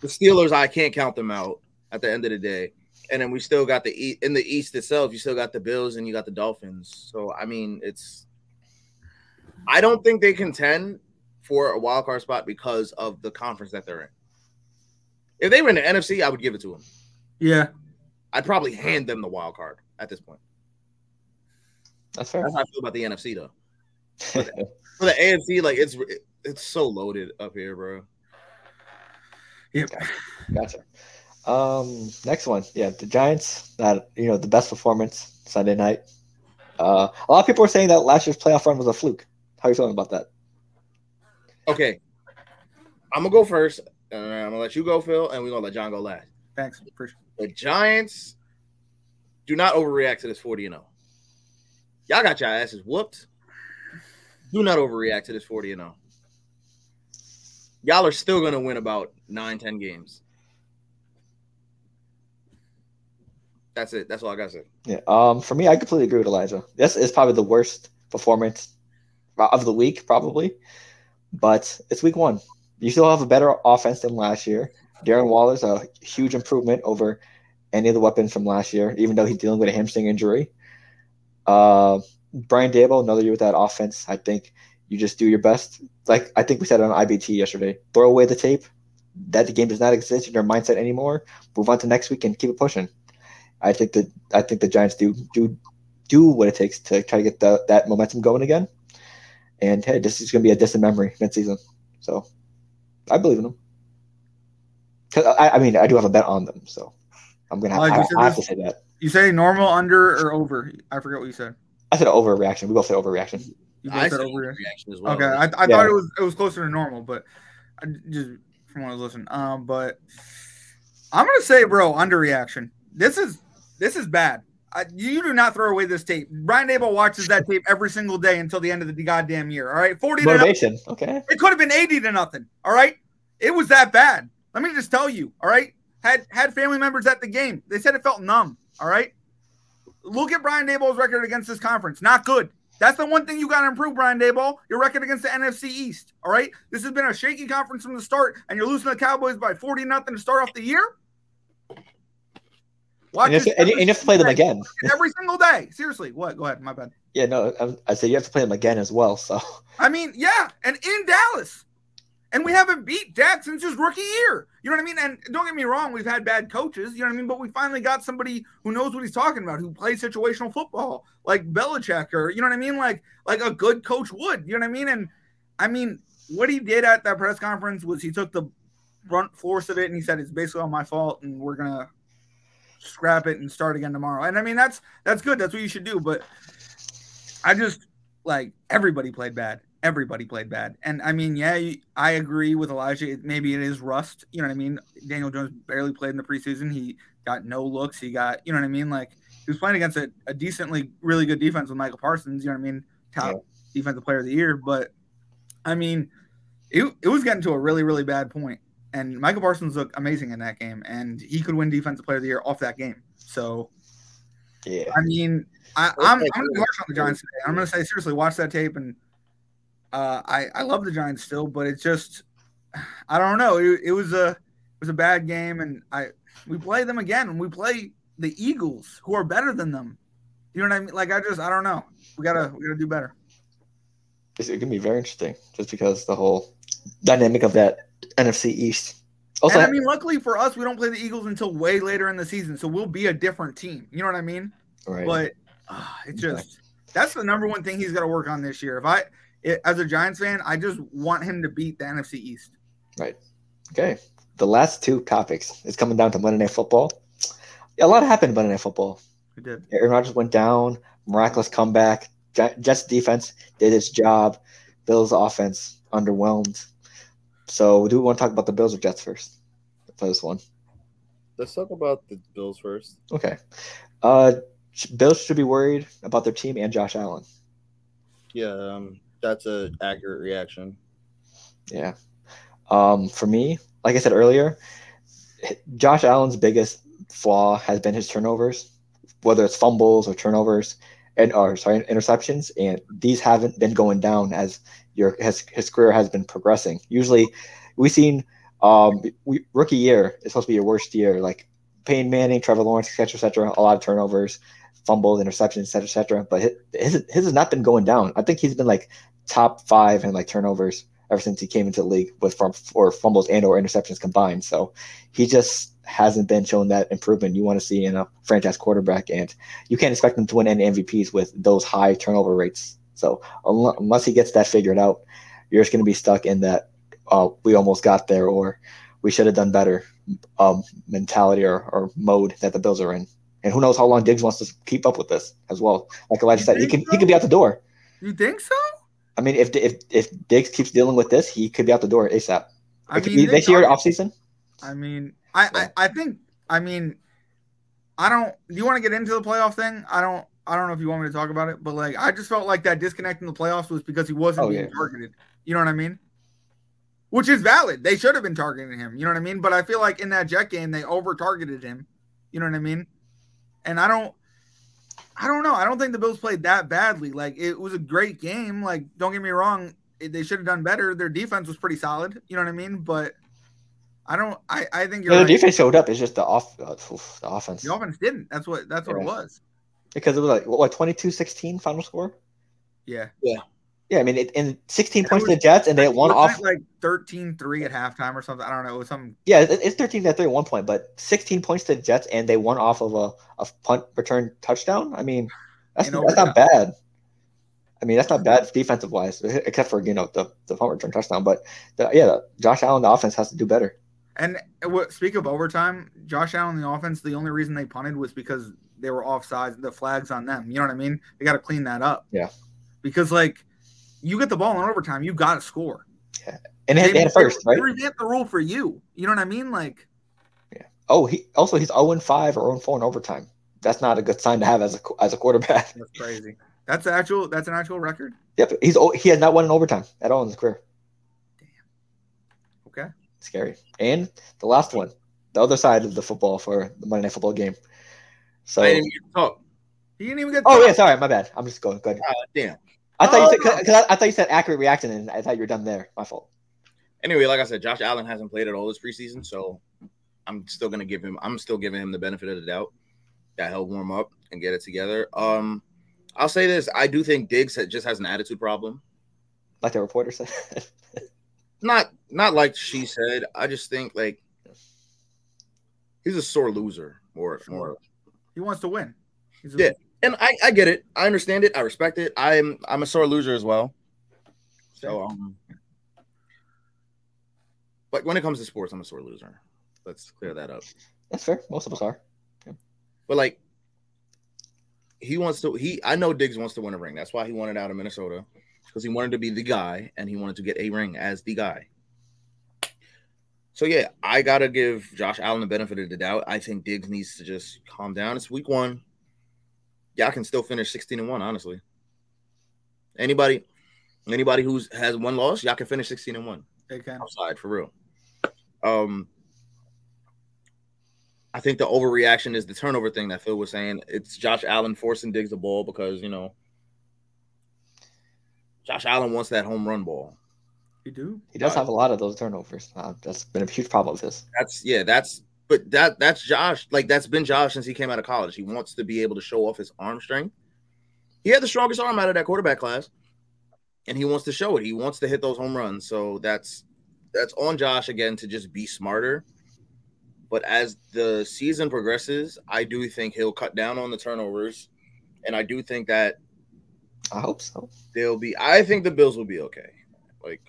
the steelers i can't count them out at the end of the day and then we still got the E- in the east itself you still got the bills and you got the dolphins so i mean it's i don't think they contend for a wild card spot because of the conference that they're in if they were in the nfc i would give it to them
yeah.
I'd probably hand them the wild card at this point.
That's fair.
That's how I feel about the NFC though. For the AFC, like it's it's so loaded up here, bro.
Yep.
Gotcha. Um, next one. Yeah, the Giants. That you know the best performance Sunday night. Uh, a lot of people are saying that last year's playoff run was a fluke. How are you feeling about that?
Okay, I'm gonna go first, and I'm gonna let you go, Phil, and we're gonna let John go last.
Thanks. Appreciate.
The Giants do not overreact to this 40 and 0. Y'all got your asses whooped. Do not overreact to this 40 and 0. Y'all are still gonna win about nine, ten games. That's it. That's all I gotta say.
Yeah. Um, for me, I completely agree with Elijah. This is probably the worst performance of the week, probably. But it's week one. You still have a better offense than last year. Darren Waller's a huge improvement over any of the weapons from last year, even though he's dealing with a hamstring injury. Uh, Brian Dable, another year with that offense. I think you just do your best. Like I think we said on IBT yesterday, throw away the tape. That the game does not exist in your mindset anymore. Move on to next week and keep it pushing. I think that I think the Giants do do do what it takes to try to get the, that momentum going again. And hey, this is going to be a distant memory next season. So I believe in them. 'Cause I, I mean, I do have a bet on them, so I'm gonna have,
Like you
I-
said,
I, have to
this-
say that.
You say normal, under, or over? I forget what you said.
I said overreaction. We both said overreaction.
You both
I
said
said
over.
reaction as well.
Okay, I, I thought it was it was closer to normal, but I just from what I was listening. Um, but I'm gonna say, bro, underreaction. This is this is bad. I, you do not throw away this tape. Brian Abel watches that tape every single day until the end of the goddamn year. All right, forty to nothing.
Motivation. Okay.
It could have been 80 to nothing. All right. It was that bad. Let me just tell you. All right. Had had family members at the game. They said it felt numb. All right. Look at Brian Dayball's record against this conference. Not good. That's the one thing you got to improve, Brian Dayball. Your record against the NFC East. All right. This has been a shaky conference from the start, and you're losing the Cowboys by 40 nothing to start off the year. Watch
And you, have
this
to, and you- and you have to play them
every-
again.
every single day. Seriously. What? Go ahead. My bad.
Yeah, no, I, I said you have to play them again as well. So
I mean, yeah, and in Dallas. And we haven't beat Dak since his rookie year. You know what I mean? And don't get me wrong, we've had bad coaches. You know what I mean? But we finally got somebody who knows what he's talking about, who plays situational football, like Belichick, or you know what I mean? Like like a good coach would. You know what I mean? And I mean, what he did at that press conference was he took the brunt force of it and he said it's basically all my fault and we're gonna scrap it and start again tomorrow. And I mean that's that's good. That's what you should do. But I just like everybody played bad. Everybody played bad. And I mean, yeah, you- I agree with Elijah. It- Maybe it is rust. You know what I mean? Daniel Jones barely played in the preseason. He got no looks. He got, you know what I mean? Like he was playing against a, a decently really good defense with Michael Parsons. You know what I mean? Top defensive player of the year. But I mean, it, it was getting to a really, really bad point. And Michael Parsons looked amazing in that game. And he could win defensive player of the year off that game. So,
yeah,
I mean, I, I'm, I'm gonna be harsh on the Giants today. I'm gonna say seriously, watch that tape, and uh, I I love the Giants still, but it's just I don't know. It, it was a it was a bad game, and I we play them again, and we play the Eagles, who are better than them. You know what I mean? Like I just I don't know. We gotta we gotta do better.
it's, it can be very interesting just because the whole dynamic of that NFC East. Also,
and I mean, luckily for us, we don't play the Eagles until way later in the season, so we'll be a different team. You know what I mean?
right.
but uh, it just that's the number one thing he's got to work on this year. If I i as a Giants fan, I just want him to beat the NFC East.
Okay. The last two topics is coming down to Monday Night Football. A lot happened Monday Night Football.
We did.
Aaron Rodgers went down, miraculous comeback. Gi- Jets defense did its job. Bills offense underwhelmed. So, do we want to talk about the Bills or Jets first for this one?
Let's talk about the Bills first.
Okay. Uh, sh- Bills should be worried about their team and Josh Allen.
Yeah, um, that's an accurate reaction.
Yeah. Um, for me, like I said earlier, Josh Allen's biggest flaw has been his turnovers, whether it's fumbles or turnovers and or sorry interceptions, and these haven't been going down as your his, his career has been progressing. Usually, we've seen um, we, rookie year is supposed to be your worst year, like Payne Manning, Trevor Lawrence, etc., etc. a lot of turnovers, fumbles, interceptions, etc., etc. But hi- his his has not been going down. I think he's been like top five in like turnovers ever since he came into the league with from or fumbles and or interceptions combined. So he just hasn't been showing that improvement you want to see in a franchise quarterback, and you can't expect him to win any MVPs with those high turnover rates. So unle- unless he gets that figured out, you're just going to be stuck in that uh, we almost got there or we should have done better um, mentality or, or mode that the Bills are in. And who knows how long Diggs wants to keep up with this as well. Like Elijah said, he can he could be out the door.
You think so?
I mean, if if if Diggs keeps dealing with this, he could be out the door ASAP.
I
It could be
mean, they
this year
are-
offseason.
I mean, I, I I think I mean, I don't. Do you want to get into the playoff thing? I don't. I don't know if you want me to talk about it, but like, I just felt like that disconnect in the playoffs was because he wasn't
Oh,
being
yeah.
targeted. You know what I mean? Which is valid. They should have been targeting him. You know what I mean? But I feel like in that Jet game, they over targeted him. You know what I mean? And I don't. I don't know. I don't think the Bills played that badly. Like it was a great game. Like don't get me wrong, it- they should have done better. Their defense was pretty solid. You know what I mean? But I don't. I I think you're
the
right.
defense showed up. It's just the off uh, oof, the offense
The offense didn't. That's what. That's what it
Yeah.
was.
because it was like what, what 22-16 final score.
Yeah.
Yeah, I mean, it, and sixteen
And it
points
was-
to the Jets, and they had one
Wasn't
off.
it like 13-3 at halftime or something. I don't know. It was something.
Yeah, it, it's thirteen to three at one point, but sixteen points to the Jets, and they won off of a, a punt return touchdown. I mean, that's
In
that's not bad. I mean, that's not bad defensive wise, except for you know the the punt return touchdown. But the, yeah, Josh Allen, the offense has to do better.
And what, speak of overtime, Josh Allen, the offense, the only reason they punted was because they were offsides, the flags on them. You know what I mean? They got to clean that up.
Yeah.
Because, like, you get the ball in overtime, you got to score.
And they had, they had a first,
they
right?
revamped the rule for you. You know what I mean? Like,
Oh, he also he's 0 5 or 0 4 in overtime. That's not a good sign to have as a qu- as a quarterback.
that's crazy. That's an actual. That's an actual record.
Yep, he's oh, he has not won in overtime at all in his career.
Okay.
Scary. And the last one, the other side of the football for the Monday Night Football game. So,
I didn't even talk.
He didn't even get.
oh yeah, sorry, my bad. I'm just going. Good.
God Uh, damn.
I
Oh,
thought you
no.
said, cause I, I thought you said accurate reaction, and I thought you were done there. My fault.
Anyway, like I said, Josh Allen hasn't played at all this preseason, so I'm still gonna give him. I'm still giving him the benefit of the doubt that he'll warm up and get it together. Um, I'll say this: I do think Diggs ha- just has an attitude problem.
Like the reporter said.
Not not like she said. I just think like he's a sore loser. More more
He wants to win. He's a-
Yeah. and I, I get it. I understand it. I respect it. I'm I'm a sore loser as well. So um but when it comes to sports, I'm a sore loser. Let's clear that up.
That's fair. Most of us are.
But like he wants to he I know Diggs wants to win a ring. That's why he wanted out of Minnesota. Because he wanted to be the guy and he wanted to get a ring as the guy. So yeah, I gotta give Josh Allen the benefit of the doubt. I think Diggs needs to just calm down. It's week one. Y'all can still finish 16 and 1, honestly. Anybody anybody who's has one loss, y'all can finish 16 and 1
They can.
outside for real. Um, I think the overreaction is the turnover thing that Phil was saying. It's Josh Allen forcing Diggs the ball because you know Josh Allen wants that home run ball.
You do.
He does have a lot of those turnovers. Uh, that's been a huge problem of his.
That's yeah, that's but that that's Josh. Like that's been Josh since he came out of college. He wants to be able to show off his arm strength. He had the strongest arm out of that quarterback class, and he wants to show it. He wants to hit those home runs. So that's that's on Josh again to just be smarter. But as the season progresses, I do think he'll cut down on the turnovers, and I do think that
I hope so.
they'll be I think the Bills will be okay. Like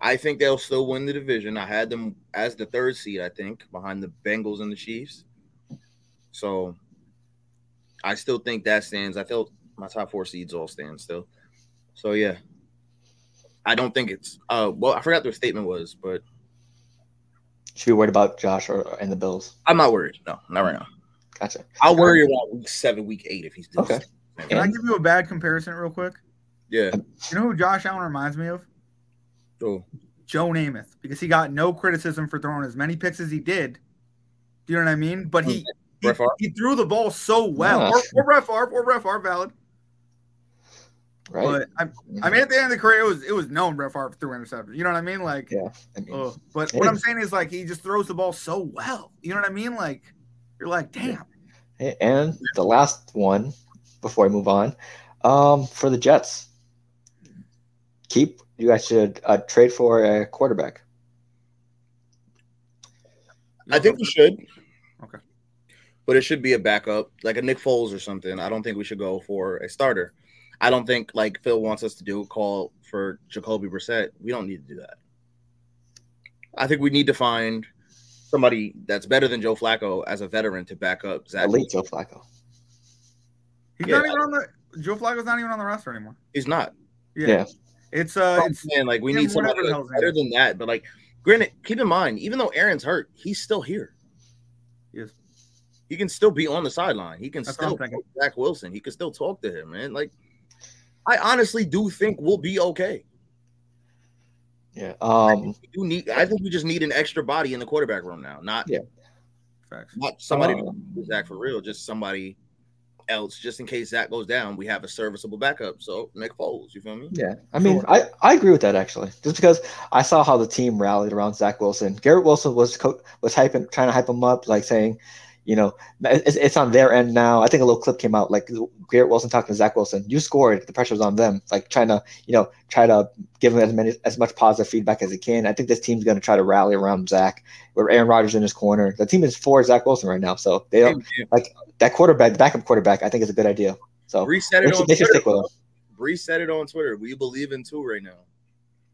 I think they'll still win the division. I had them as the third seed, I think, behind the Bengals and the Chiefs. So I still think that stands. I feel my top four seeds all stand still. So yeah. I don't think it's uh well, I forgot their statement was, but
Should be worried about Josh or, or- and the Bills.
I'm not worried. No, not right now.
Gotcha.
I'll worry about week seven, week eight if he's doing
Okay.
Can I give you a bad comparison real quick?
Yeah.
You know who Josh Allen reminds me of?
So
Joe Namath because he got no criticism for throwing as many picks as he did. Do you know what I mean? But he he,
Brett Favre?
he threw the ball so well.
Yeah.
Or, or Brett Favre, or Brett Favre, valid.
Right.
But I, I mean, at the end of the career, it was it was known Brett Favre threw interceptions. You know what I mean? Like,
Yeah. I mean,
ugh. Oh, but
It
what I'm
is.
saying is like he just throws the ball so well. You know what I mean? Like, you're like, damn,
And the last one before I move on, um, for the Jets, keep you guys should uh, trade for a quarterback.
I think we should.
Okay.
But it should be a backup, like a Nick Foles or something. I don't think we should go for a starter. I don't think like Phil wants us to do call for Jacoby Brissett. We don't need to do that. I think we need to find somebody that's better than Joe Flacco as a veteran to back up Zach.
Elite Joe Flacco.
he's
Yeah.
not even on the Joe Flacco's not even on the roster anymore.
He's not.
Yeah,
Yeah.
it's uh, it's
Man, like we
Yeah, whatever
need somebody
the
that's
hell's
better
in
than that. But like, granted, keep in mind, even though Aaron's hurt, he's still here.
Yes.
He can still be on the sideline. He can
That's what I'm
still
thinking.
talk to Zach Wilson. He can still talk to him, man. Like, I honestly do think we'll be okay.
Yeah. Um,
We do need. I think we just need an extra body in the quarterback room now. Not
facts.
not somebody
Uh-huh.
to do Zach for real. Just somebody else, just in case Zach goes down, we have a serviceable backup. So Nick Foles, you feel me?
Yeah, I mean, I, I agree with that actually, just because I saw how the team rallied around Zach Wilson. Garrett Wilson was co- was hyping, trying to hype him up, like saying, you know, it's, it's on their end now. I think a little clip came out, like Garrett Wilson talking to Zach Wilson. You scored, the pressure's on them. Like trying to, you know, try to give him as many as much positive feedback as he can. I think this team's going to try to rally around Zach, with Aaron Rodgers in his corner. The team is for Zach Wilson right now, so they don't, that quarterback, the backup quarterback, I think is a good idea. So
Reset
they
it on
should, they should
Twitter.
stick with him.
Bree said it on Twitter. We believe in two right now.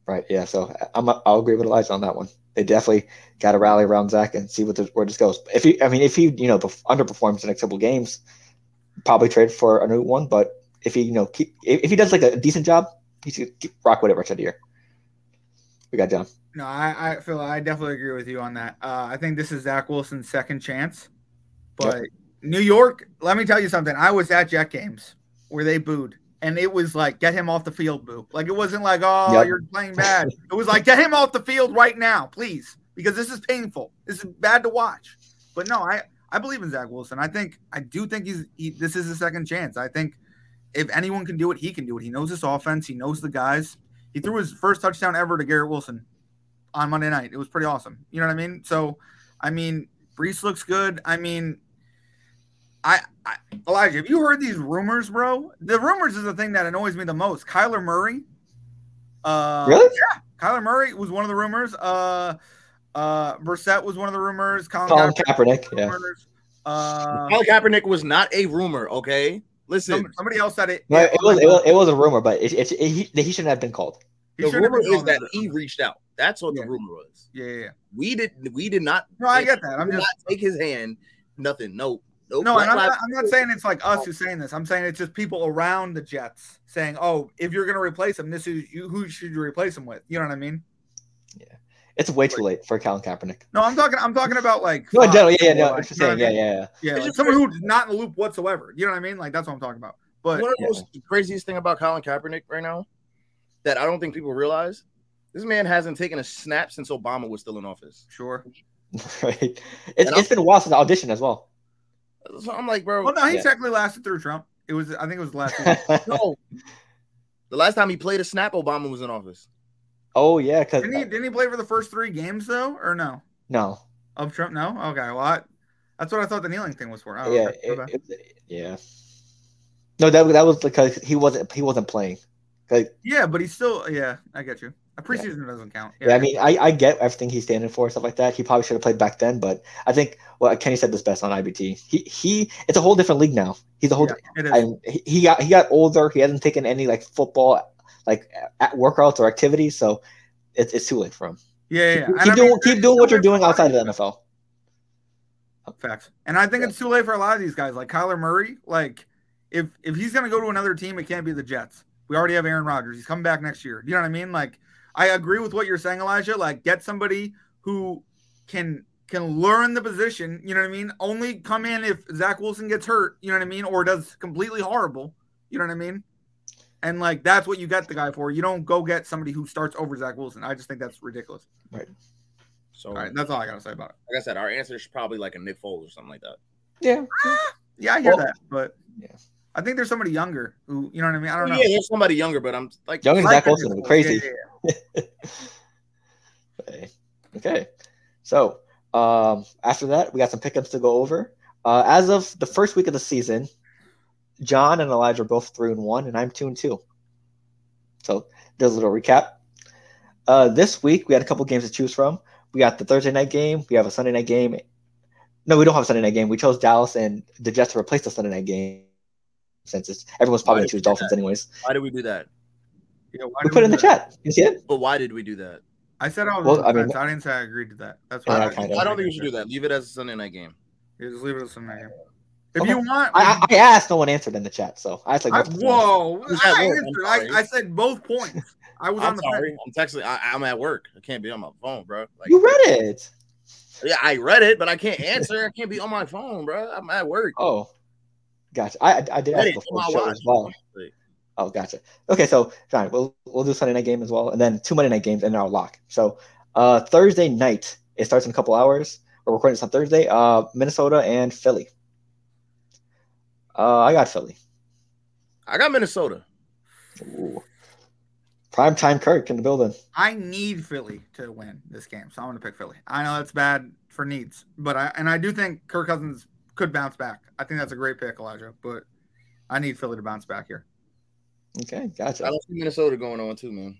Right. Yeah. So I'm, I'll agree with Elijah on that one. they definitely got to rally around Zach and see what this, where this goes. If he, I mean, if he, you know, perf- underperforms the next couple games, probably trade for a new one. But if he, you know, keep if, if he does like a decent job, he should keep rock whatever it's of the year. We got John.
No, I, I feel I definitely agree with you on that. Uh, I think this is Zach Wilson's second chance, but New York. Let me tell you something. I was at Jet games where they booed, and it was like, "Get him off the field, boo!" Like it wasn't like, "Oh,
Yep.
you're playing bad." it was like, "Get him off the field right now, please," because this is painful. This is bad to watch. But no, I I believe in Zach Wilson. I think I do think he's he, this is his second chance. I think if anyone can do it, he can do it. He knows this offense. He knows the guys. He threw his first touchdown ever to Garrett Wilson on Monday night. It was pretty awesome. You know what I mean? So, I mean, Brees looks good. I mean, I, I Elijah, have you heard these rumors, bro? The rumors is the thing that annoys me the most. Kyler Murray. Uh,
really?
Kyler Murray was one of the rumors. Uh, uh, Brissett was one of the rumors. Colin,
Colin
Kaepernick
Kaepernick.
was one of
Yeah.
the rumors. Uh,
Colin
Kaepernick was not a rumor, okay? Listen,
some- somebody else said it.
No,
Yeah,
it was, it was it was a rumor, but it, it, it, he, he shouldn't have been called.
he
the
shouldn't have
rumor
been
is
called
that he reached out. That's what
Yeah.
the rumor was.
Yeah, yeah, yeah.
We did we did not
No, I get that. I'm
did
just
not take his hand. Nothing. No. No.
No,
Black
and I'm not,
lives-
I'm not saying it's like us who's saying this. I'm saying it's just people around the Jets saying, "Oh, if you're going to replace him, this is you. Who should you replace him with?" You know what I mean?
It's way too late for Colin Kaepernick.
No, I'm talking. I'm talking about like
No,
Fox,
no, yeah, yeah,
you know,
no, I'm
like,
just
you know
saying,
what
yeah,
I
yeah,
mean?
yeah.
yeah,
It's
like
just
someone who's not in the loop whatsoever. You know what I mean? Like that's what I'm talking about. But
one of
Yeah.
those craziest thing about Colin Kaepernick right now that I don't think people realize. This man hasn't taken a snap since Obama was still in office.
sure.
right. It's,
And I'm-
it's been a while since the audition as well.
So I'm like, bro,
Well, Oh, no, he
Yeah.
technically lasted through Trump. It was, I think it was last week.
no. The last time he played a snap, Obama was in office.
oh yeah, because
Didn't he? Didn't he play for the first three games though, or no?
no,
Of Trump? No. Okay. Well, I, that's what I thought the kneeling thing was for. Oh,
yeah,
okay.
it-
Okay.
it- yeah. No, that that was because he wasn't he wasn't playing.
yeah, but he's still. Yeah, I get you. A preseason doesn't count.
Yeah, I mean, I, I get everything he's standing for and stuff like that. He probably should have played back then, but I think well, Kenny said this best on IBT. He he, it's a whole different league now. He's a whole,
Yeah, it is.
and he, he got he got older. He hasn't taken any like football like at workouts or activities, so it's it's too late for him.
Yeah, yeah. yeah. And
Keep
I
doing
mean,
keep doing what you're doing outside of the NFL.
Facts. And I think
Yeah.
it's too late for a lot of these guys, like Kyler Murray. Like, if if he's gonna go to another team, it can't be the Jets. We already have Aaron Rodgers. He's coming back next year. You know what I mean? Like, I agree with what you're saying, Elijah. Like, get somebody who can can learn the position. You know what I mean? Only come in if Zach Wilson gets hurt. You know what I mean? Or does completely horrible. You know what I mean? And like that's what you get the guy for. You don't go get somebody who starts over Zach Wilson. I just think that's ridiculous.
So
All right, that's all I gotta say about it.
like I said, our answer is probably like a Nick Foles or something like that.
Yeah,
Yeah, I hear
Well-
that, but
Yeah.
I think there's somebody younger who you know what I mean. I
Oh,
don't know.
yeah, there's somebody younger, but I'm like,
Young and
Like
Zach Wilson would be crazy.
Yeah, yeah,
Okay. Okay. So um, after that, we got some pickups to go over. Uh, as of the first week of the season, John and Elijah are both three and one, and I'm two and two. So there's a little recap. Uh, this week we had a couple games to choose from. We got the Thursday night game. We have a Sunday night game. No, we don't have a Sunday night game. We chose Dallas and the Jets to replace the Sunday night game. Since it's, everyone's probably
Why
gonna
did we
choose
do that?
Dolphins anyways.
why did we do that?
yeah. Yeah, why
We
do
put it in
do
the
that?
chat. You see it?
But why did we do that?
I said I was.
Well,
on
I
the
mean-
fence. I didn't say I agreed to that. That's
Yeah,
why
I kinda-
I don't think we should do that. Leave it as a Sunday night game.
Yeah, just leave it as a night. If
Okay.
you want,
I, I I asked, no one answered in the chat, so I asked like
I-
multiple times.
whoa,
I'm
I,
sorry.
answered. I, I said both points. I was on
I'm
the
sorry. I'm texting. I, I'm at work. I can't be on my phone, bro. Like,
You read it.
yeah, I read it, but I can't answer. I can't be on my phone, bro. I'm at work.
Oh, gotcha. I I, I did
Read
ask
it.
before
Come
the
on,
show
watch.
as well. Oh, gotcha. Okay, so fine. We'll we'll do Sunday night game as well, and then two Monday night games, and then our lock. So uh, Thursday night it starts in a couple hours. We're recording this on Thursday. Uh, Minnesota and Philly. Uh, I got Philly.
I got Minnesota.
Ooh. Prime time Kirk in the building.
I need Philly to win this game, so I'm going to pick Philly. I know that's bad for needs, but I and I do think Kirk Cousins could bounce back. I think that's a great pick, Elijah. But I need Philly to bounce back here.
Okay,
I
gotcha.
don't see Minnesota going on too, man.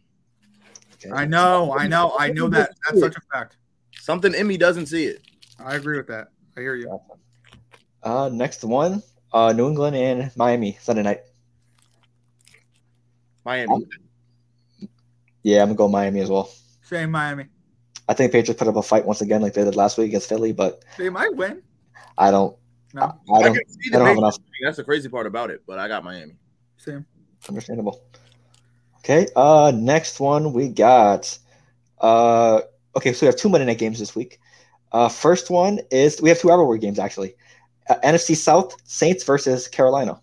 Okay.
I know, I know, I know that. That's such a fact.
Something in me doesn't see it.
I agree with that. I hear you.
Uh, next one, uh, New England and Miami Sunday night.
Miami.
Yeah, I'm gonna go Miami as well.
Same Miami.
I think Patriots put up a fight once again, like they did last week against Philly. But
They might win.
I don't.
No.
I, I
I,
don't.
can see
I
the
don't have
big,
enough.
that's the crazy part about it, but I got Miami.
Sam.
Understandable. Okay. Uh, next one we got. Uh, okay, so we have two Monday night games this week. Uh, first one is we have two rivalry games actually. Uh, NFC South Saints versus Carolina.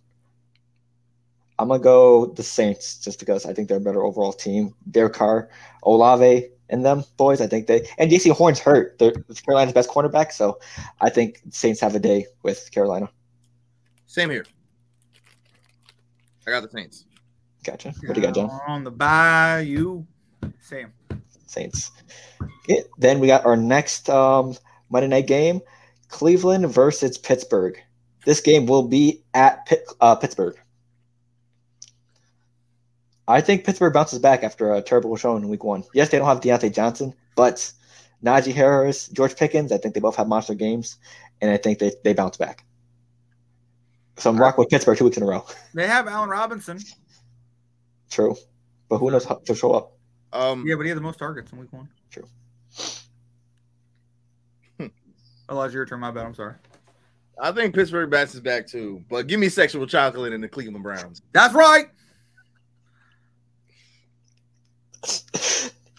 I'm gonna go the Saints just because I think they're a better overall team. Their car, Olave, and them boys. I think they and JC Horn's hurt. They're it's Carolina's best cornerback, so I think Saints have a day with Carolina.
Same here. I got the Saints.
Gotcha. What do you got, John?
On the bayou. Sam.
Saints. Okay, then we got our next um, Monday night game: Cleveland versus Pittsburgh. This game will be at Pit, uh, Pittsburgh. I think Pittsburgh bounces back after a terrible showing in Week One. Yes, they don't have Deontay Johnson, but Najee Harris, George Pickens. I think they both have monster games, and I think they, they bounce back. So I'm rocking with Pittsburgh two weeks in a row.
They have Allen Robinson.
True, but who knows how to show up?
Um,
Yeah, but he had the most targets in week one.
True.
Elijah, your turn. My bad. I'm sorry.
I think Pittsburgh bounces back too, but give me sexual chocolate and the Cleveland Browns.
That's right.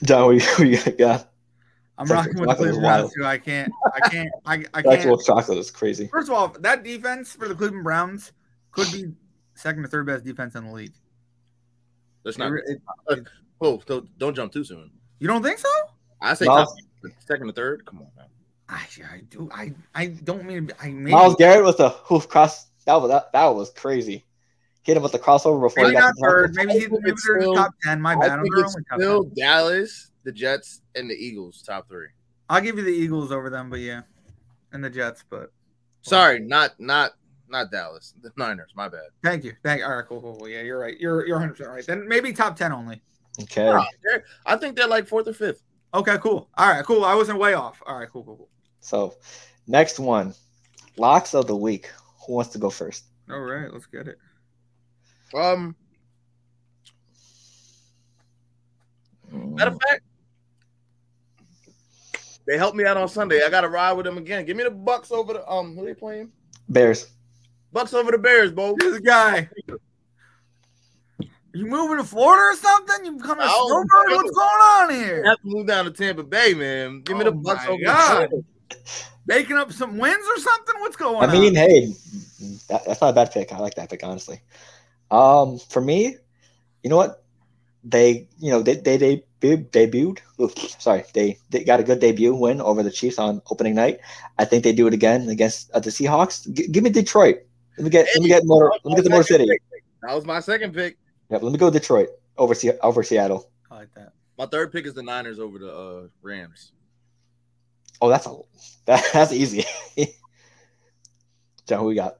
John, what you, what you got?
I'm
Sexual
rocking with the
chocolate is
Cleveland Browns
wild.
too. I can't. I can't. I, I
Actual
can't.
chocolate is crazy.
First of all, that defense for the Cleveland Browns could be second or third best defense in the league.
That's
It
not.
re- it-
Oh, don't, don't jump too soon.
you don't think so?
I say
Miles,
top- second or third. Come on, man.
I, I do. I I don't mean. to be- I maybe,
Miles Garrett with the hoof cross. That was that, that was crazy. Hit him with the crossover before he
maybe
got
not
to the
third. Maybe, he,
think
maybe
it's
they're in
still-
the top ten. My bad.
I
I'm
think
their
it's
only top
still
10.
Dallas, the Jets, and the Eagles top three.
I'll give you the Eagles over them, but yeah, and the Jets. But
Sorry, not not not Dallas. The Niners. My bad.
thank you. Thank. All right. Cool. Cool. cool. Yeah, you're right. You're you're 100 percent right. Then maybe top ten only.
Okay.
Nah, they're- I think they're like fourth or fifth.
Okay. Cool. All right. Cool. I wasn't way off. All right. Cool. Cool. Cool.
So next one. Locks of the week. Who wants to go first?
All right. Let's get it.
Um, matter of fact, they helped me out on Sunday. I got to ride with them again. Give me the Bucks over the um. Who they playing?
Bears.
Bucks over the Bears, bro.
This guy. You moving to Florida or something? You becoming a
I don't
snowbird?
know.
What's going on here?
Have to move down to Tampa Bay, man. Give me
Oh
the Bucks
my
over
God.
the Bears.
Making up some wins or something? What's going
I mean,
on?
hey, that, that's not a bad pick. I like that pick honestly. Um, for me, you know what? They, you know, they they, they debuted. Oof, sorry, they they got a good debut win over the Chiefs on opening night. I think they do it again against uh, the Seahawks. G- give me Detroit. Let me get let me get more. Let me get the more city.
That was my second pick.
Yeah, let me go Detroit over Se- over Seattle.
I like that.
My third pick is the Niners over the uh, Rams.
Oh, that's a that, that's easy. John, who we got?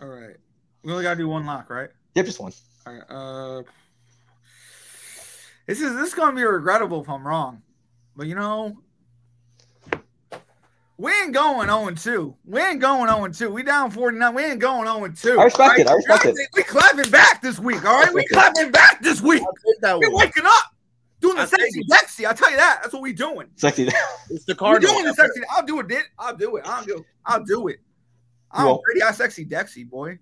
All right. We only got to do one lock, right?
Yep, just one.
All right. Uh, this is this is gonna be regrettable if I'm wrong, but you know, we ain't going 0 2. We ain't going 0 2. We down 49. We ain't going 0 2.
I respect it. I respect it.
We clapping back this week. All right, we
Respect
clapping back this week.
I'll take that
We
one.
waking up, doing
I
the
think
sexy,
it-
sexy. I tell you that. That's what we doing.
Sexy.
It's
We
the Cardinals.
doing the sexy. I'll do it. Did I'll do it. I'll do. I'll do it. I'm
won't.
pretty. I sexy, dexy boy.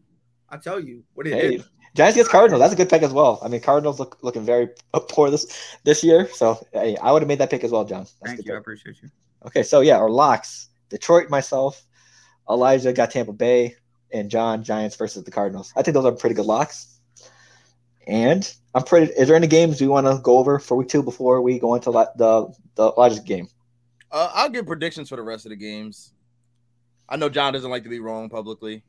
I tell you what it is.
Hey, Giants gets Cardinals. That's a good pick as well. I mean, Cardinals look looking very poor this this year. So hey, I would have made that pick as well, John. That's a
Thank
good
you. I
pick.
appreciate you.
Okay, so yeah, our locks: Detroit, myself, Elijah got Tampa Bay, and John Giants versus the Cardinals. I think those are pretty good locks. And I'm pretty. Is there any games we want to go over for week two before we go into li- the the Elijah's game?
Uh, I'll give predictions for the rest of the games. I know John doesn't like to be wrong publicly.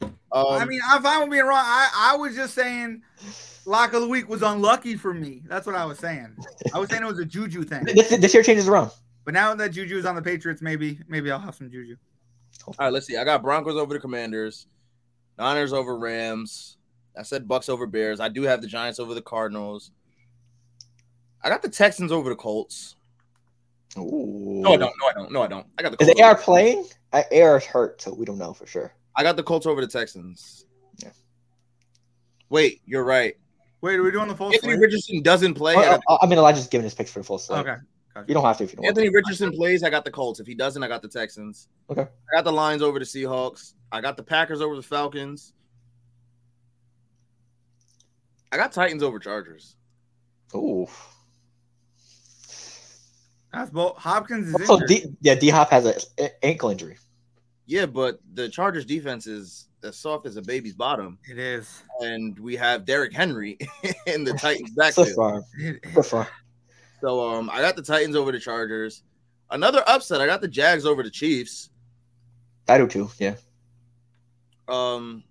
Um,
I mean, I'm fine with being wrong. I, I was just saying lock of the week was unlucky for me. That's what I was saying. I was saying it was a juju thing.
This, this year changes around.
But now that juju is on the Patriots, maybe maybe I'll have some juju.
all right, let's see. I got Broncos over the Commanders, Niners over Rams. I said Bucks over Bears. I do have the Giants over the Cardinals. I got the Texans over the Colts.
Ooh.
No, I don't. No, I don't. No, I don't. I got the
Is
Colts.
AR
over-
playing? I- AR is hurt, so we don't know for sure.
I got the Colts over the Texans.
Yeah.
Wait, you're right.
Wait, are we doing the full
Anthony
slate?
Richardson doesn't play.
I, I- I mean, Elijah's giving his picks for the full slate.
Okay,
You don't have to if you don't want
Anthony Richardson plays. I got the Colts. If he doesn't, I got the Texans.
Okay.
I got the Lions over the Seahawks. I got the Packers over the Falcons. I got Titans over Chargers.
to. Ooh.
That's both. Hopkins is
Also,
injured.
D, yeah, D Hop has an ankle injury.
Yeah, but the Chargers defense is as soft as a baby's bottom,
it is.
and we have Derrick Henry in the Titans
So
backfield.
far,
It is.
so far.
So um, I got the Titans over the Chargers. Another upset. I got the Jags over the Chiefs.
I do too. Yeah.
Um,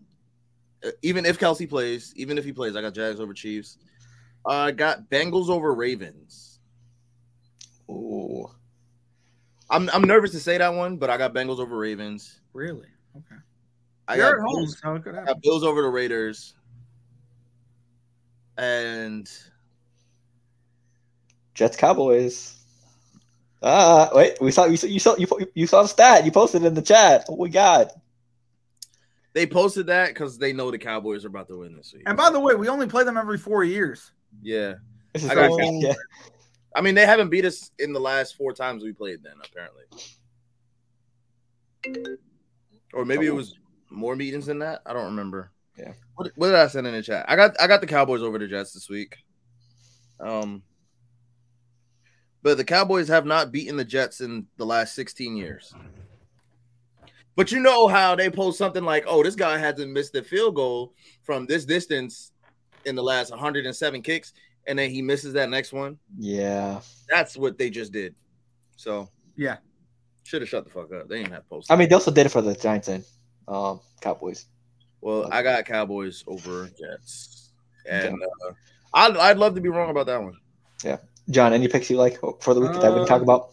uh, even if Kelsey plays, even if he plays, I got Jags over Chiefs. I got Bengals over Ravens.
Ooh.
I'm I'm nervous to say that one, but I got Bengals over Ravens.
Really? Okay.
I
You're
got
at home,
Bills-
so it could
I
happen.
got Bills over the Raiders. And
Jets Cowboys. Ah, wait. We saw you saw you saw you, po- you saw the stat. You posted in the chat. Oh my god.
they posted that because they know the Cowboys are about to win this week.
And by the way, we only play them every four years.
yeah.
This is
I got
so-
Cowboys.
yeah.
I mean, they haven't beat us in the last four times we played. Then apparently, or maybe it was more meetings than that. I don't remember.
Yeah.
What, what did I send in the chat? I got I got the Cowboys over the Jets this week. Um, but the Cowboys have not beaten the Jets in the last sixteen years. But you know how they post something like, "Oh, this guy hasn't missed the field goal from this distance in the last 107 kicks," and then he misses that next one.
Yeah.
That's what they just did. So
Yeah.
should have shut the fuck up. They didn't have post.
I mean, they also did it for the Giants and um, Cowboys.
well, I got Cowboys over Jets, and uh, I'd, I'd love to be wrong about that one.
John, any picks you like for the week that we can talk
Uh,
about?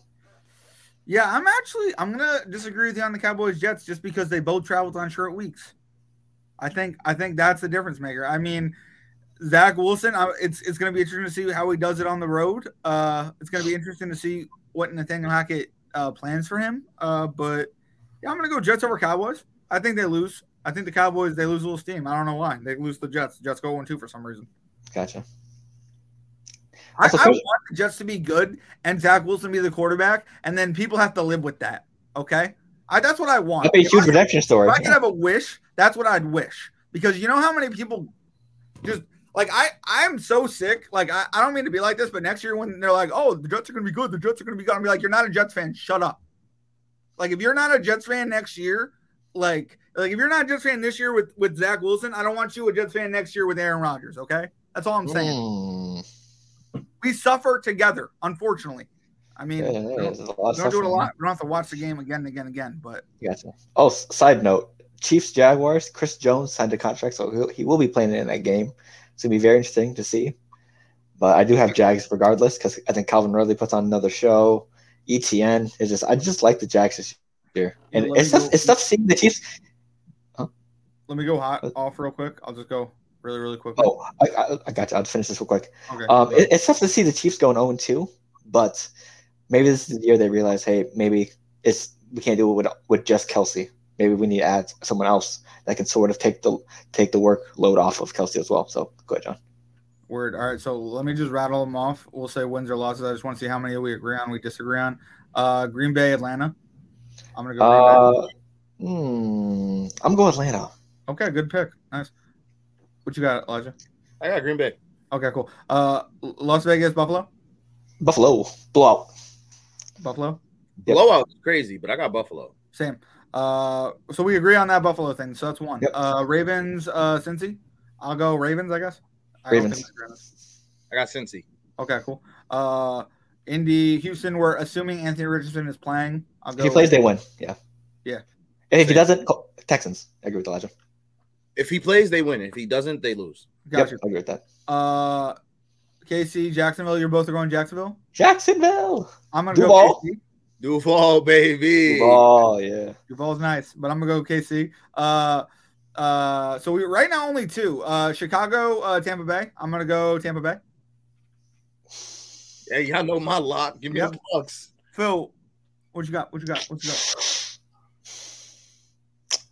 Yeah, I'm actually I'm gonna disagree with you on the Cowboys Jets just because they both traveled on short weeks. I think I think that's the difference maker. I mean, Zach Wilson, I, it's it's gonna be interesting to see how he does it on the road. Uh, it's gonna be interesting to see what Nathaniel Hackett uh, plans for him. Uh, but yeah, I'm gonna go Jets over Cowboys. I think they lose. I think the Cowboys they lose a little steam. I don't know why they lose the Jets. The Jets go one two for some reason.
Gotcha.
I,
Also,
I
so-
want the Jets to be good and Zach Wilson be the quarterback, and then people have to live with that. Okay, I, that's what I want.
That'd be a
If
huge
I-
redemption story.
if I could have a wish, that's what I'd wish. Because you know how many people just like I I'm so sick. Like I, I don't mean to be like this, but next year when they're like, oh, the Jets are gonna be good, the Jets are gonna be good. I'm be like, you're not a Jets fan, shut up. Like if you're not a Jets fan next year, like like if you're not a Jets fan this year with, with Zach Wilson, I don't want you a Jets fan next year with Aaron Rodgers, okay? That's all I'm saying.
Hmm.
We suffer together, unfortunately. I mean,
Yeah,
we
yeah,
don't,
there's a lot
we
of
don't
stuff
do it a
going on.
lot. We don't have to watch the game again and again and again, but
Gotcha. Oh, s- side note: Chiefs Jaguars. Chris Jones signed a contract, so he'll, he will be playing in that game. It's gonna be very interesting to see. But I do have Jags regardless because I think Calvin Ridley puts on another show. ETN is just I just like the Jags this year, and
Let
it's
me
tough,
go-
it's tough seeing the Chiefs.
Let me go hot off real quick. I'll just go really, really quick.
Oh, I, I, I got you. I'll finish this real quick.
okay.
Um, it, it's tough to see the Chiefs going 0 2, but maybe this is the year they realize, hey, maybe it's we can't do it with, with just Kelsey. Maybe we need to add someone else that can sort of take the take the workload off of Kelsey as well. So go ahead, John.
Word. All right. So let me just rattle them off. We'll say wins or losses. I just want to see how many we agree on, we disagree on. Uh, Green Bay, Atlanta. I'm gonna go. Green
Uh, hmm, I'm going Atlanta.
Bay. Okay, good pick. Nice. What you got, Elijah?
I got Green Bay.
Okay, cool. Uh, L- Las Vegas, Buffalo,
Buffalo blowout.
Buffalo.
Yep.
Blowout was crazy, but I got Buffalo.
Same. Uh, so we agree on that Buffalo thing. So that's one.
Yep.
Uh, Ravens, uh, Cincy. I'll go Ravens, I guess. I don't
Ravens.
think we agree on this.
I got Cincy.
Okay, cool. Uh, Indy, Houston. We're assuming Anthony Richardson is playing. I'll
If he plays, they win. Yeah.
Yeah.
And if he
Same.
doesn't, Col- Texans. I agree with Elijah.
If he plays, they win. If he doesn't, they lose.
Gotcha.
Yep, I agree with that.
Uh, KC, Jacksonville. You're both are going Jacksonville.
Jacksonville.
I'm gonna
Duval?
go. KC.
Duval, baby.
Oh yeah.
Duval's nice, but I'm gonna go KC. Uh, uh, so we right now only two. Uh, Chicago, uh, Tampa Bay. I'm gonna go Tampa Bay.
Hey, y'all know my lock. Give me the Bucks.
Phil, what you got? What you got? What you got?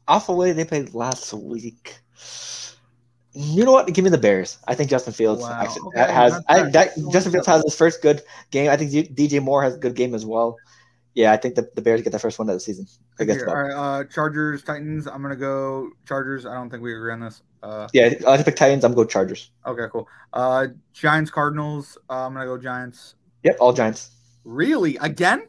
off the way they played last week. You know what? Give me the Bears. I think Justin Fields
Wow.
actually
Okay,
has.
that's
I,
fair.
that, Justin Fields has his first good game. I think DJ Moore has a good game as well. Yeah, I think the, the Bears get the first one of the season against.
Here,
them.
all right, uh, Chargers, Titans. I'm gonna go Chargers. I don't think we agree on this. Uh,
Yeah, I like to pick Titans. I'm going Chargers.
okay, cool. Uh, Giants, Cardinals. Uh, I'm gonna go Giants.
Yep, all Giants
Really? Again?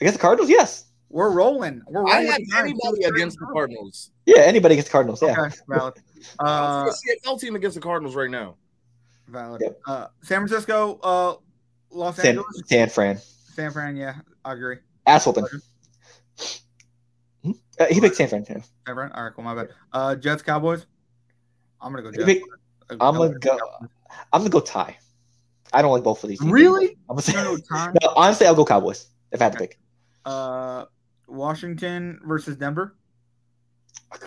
against the Cardinals. Yes.
We're rolling. We're rolling.
I have
with Giants.
anybody
We're
against the
rolling.
Cardinals.
Yeah, anybody against the Cardinals. Yeah.
Okay, valid.
I
Uh,
don't see a CFL team against the Cardinals right now.
valid.
Yep.
Uh, San Francisco, uh, Los
San,
Angeles,
San Fran.
San Fran. Yeah, I agree.
Ass whooping. Hmm? Uh, he picked San Fran. Yeah.
San Fran. All right, cool. My bad. Uh, Jets, Cowboys. I'm gonna go
He
Jets.
picked,
I'm
I'm gonna go. I'm gonna go tie. I don't like both of these. teams.
Really?
I'm gonna say.
No time.
No, honestly, I'll go Cowboys if I had to pick.
Uh, Washington versus Denver. I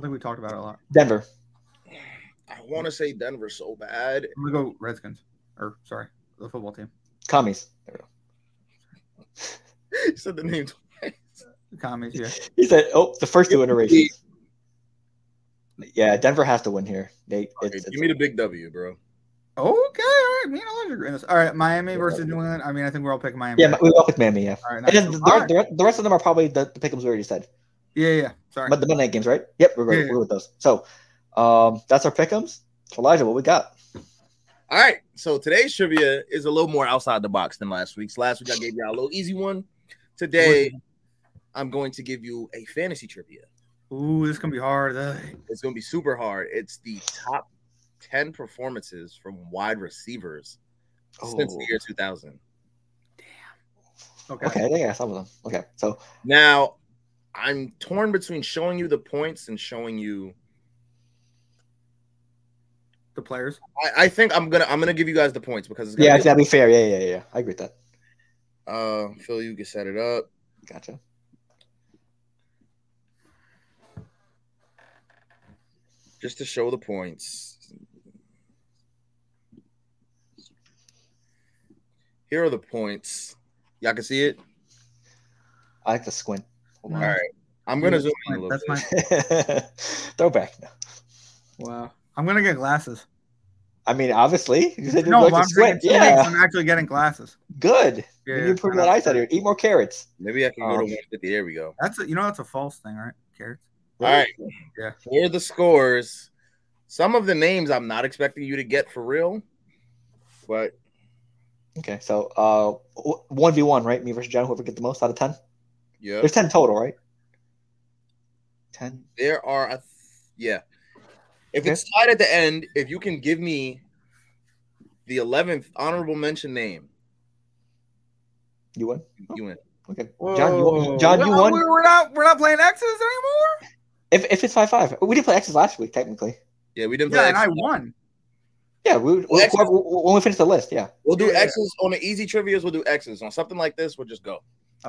think we talked about it a lot.
Denver.
I want to say Denver so bad.
I'm gonna go Redskins. Or sorry, the football team.
Commies. There we go.
He said the name.
The commies, yeah.
He said, "Oh, the first two iterations." Yeah, Denver has to win here. They,
Okay,
it's,
give
it's,
me the big W, bro.
Okay, all right. Me and Elijah agree on this. All right, Miami
Yeah,
versus
that'd be
New England. I mean, I think we're all picking Miami.
yeah, we went with Miami. Yeah,
All right,
and
nice.
then the,
All right.
the, the rest of them are probably the, the pickups we already said.
Yeah, yeah. Sorry.
But the Monday night games, right? Yep, we're,
Yeah,
we're,
yeah.
we're with those. So um, that's our pickums. Elijah, what we got?
All right. So today's trivia is a little more outside the box than last week's. Last week I gave y'all a little easy one. Today I'm going to give you a fantasy trivia.
Ooh, this is gonna be hard. Ugh.
It's going to be super hard. It's the top 10 performances from wide receivers since
Oh.
the year 2000.
Okay.
Okay, I think I got some of them. Okay, so
Now, I'm torn between showing you the points and showing you
The players.
I, I think I'm gonna I'm gonna give you guys the points because it's gonna
yeah,
be-
that'd be fair. Yeah, yeah, yeah, yeah. I agree with that.
uh Phil, you can set it up.
Gotcha.
just to show the points. Here are the points. Y'all can see it.
I like the squint. Hold
No.
on.
All right, I'm gonna
That's
zoom in a
mine.
little
That's
bit.
mine.
Throwback. No.
Wow. I'm gonna get glasses.
I mean, obviously, you said you
No,
like
but
to
I'm saying
squint.
two weeks,
Yeah,
I'm actually getting glasses.
good.
Yeah,
you
yeah,
need to improve
I know.
that eyesight here. Eat more carrots.
Maybe I can go to
Oh.
Um,
150. There we go.
That's a, you know that's a false thing, right? Carrots.
All right.
Yeah.
Here are the scores. Some of the names I'm not expecting you to get for real, but
Okay, so uh, one v one, right? Me versus John. Whoever gets the most out of ten.
yeah,
There's ten total, right? Ten.
there are. A yeah, if
Okay.
it's tied at the end, if you can give me the 11th honorable mention name,
You win.
you win.
Okay, John. You won. John, you
Well,
won.
We're we're not we're not playing X's anymore.
If, if it's five five, we did play X's last week technically.
Yeah, we didn't.
Yeah,
play
and I won.
Yeah, we we-
Well, X's-
whoever- when we finish the list. Yeah,
We'll do
Yeah.
X's on the easy trivias. We'll do X's on something like this. We'll just go.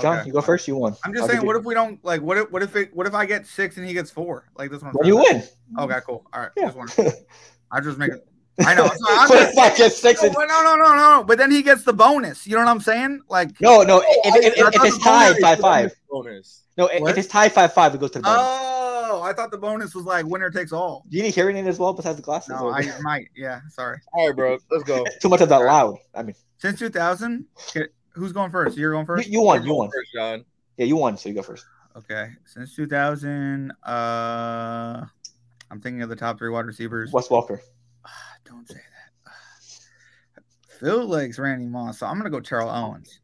John,
Okay.
you go first. You won.
I'm just
I'll
saying,
give
what
you-
if we don't like? What if what if it, what if I get six and he gets four? Like this one.
Well, you win.
Okay, cool. All right.
Yeah.
Just wondering. I just make it. I know. So I'm
But
just-
it's not just six.
no,
and-
no, no, no, no. But then he gets the bonus. You know what I'm saying? Like,
No, no. If, if, if, if
I
it's
thought
tied
the
five five,
Bonus.
no. If
What?
if it's tied five five, it goes to the bonus.
oh, I thought the bonus was like winner takes all.
Do you need hearing aid as well besides the glasses?
Oh. No,
or-
I might. Yeah, sorry.
All right, bro. Let's go.
Too much of that loud. I mean,
Since 2000, okay, who's going first? You're going
you,
first.
you won. You won.
First, John.
Yeah, you won. So you go first.
Okay. Since 2000, uh, I'm thinking of the top three wide receivers.
Wes Walker.
Ah, Don't say that. Phil legs Randy Moss. So I'm gonna go Terrell Owens.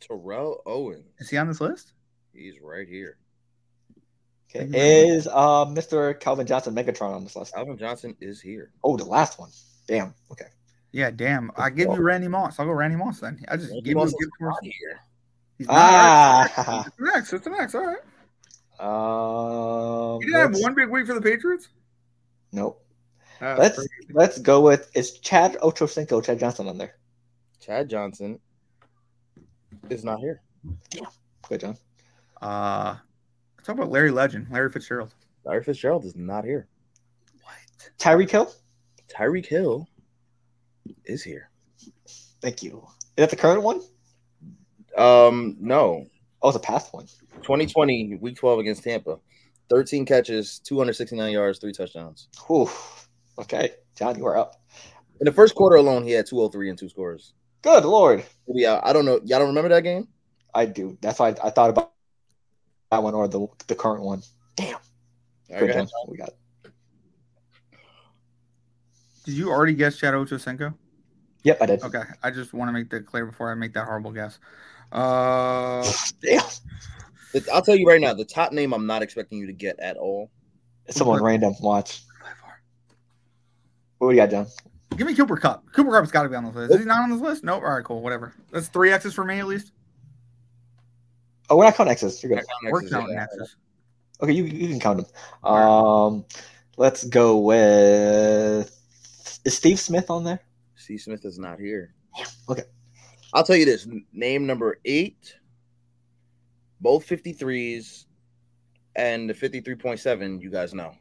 Terrell Owen.
Is he on this list?
He's right here.
Okay.
Mhm.
Is uh, Mr. Calvin Johnson Megatron on this last?
Alvin Johnson is here.
Oh, the last one. Damn. Okay.
Yeah, damn. I give you Randy Moss. I'll go Randy Moss then. I just
Randy
give
Moss
you
is
give him
Out here.
he's not-
Ah.
It's the next. It's the next. All right.
um,
He didn't have
let's-
one big week for the Patriots.
Nope.
Uh,
Let's let's go with is Chad Ochocinco, Chad Johnson on there.
Chad Johnson is not here.
Good John.
uh, let's talk about Larry Legend, Larry Fitzgerald.
Larry Fitzgerald is not here.
What?
Tyreek Hill.
Tyreek Hill is here.
Thank you. Is that the current one?
Um, no.
Oh, it's a past one.
2020, week 12 against Tampa. 13 catches, 269 yards, three touchdowns.
Whew. Okay, John, you are up.
In the first quarter alone, he had 203 and two scores.
Good lord,
Yeah, I don't know. Y'all don't remember that game?
I do. That's why I, I thought about that one or the the current one.
All right,
Good
go ahead.
one. We got.
Did you already guess Shadow Ochocinco?
Yep, I did.
Okay, I just want to make that clear before I make that horrible guess. Uh,
Damn,
The- I'll tell you right now, the top name I'm not expecting you to get at all.
someone random. Watch. What do you got, John?
give me Cooper Cup. Cooper Cup's got to be on this list. Is he not on this list? Nope. All right, cool. Whatever. That's three X's for me at least.
Oh, we're not counting X's. You're good.
We're counting X's.
Okay, you, you can count them. Um, let's go with is Steve Smith on there?
C. Smith is not here.
Okay.
I'll tell you this n- name number eight, both 53s, and the 53.7, you guys know.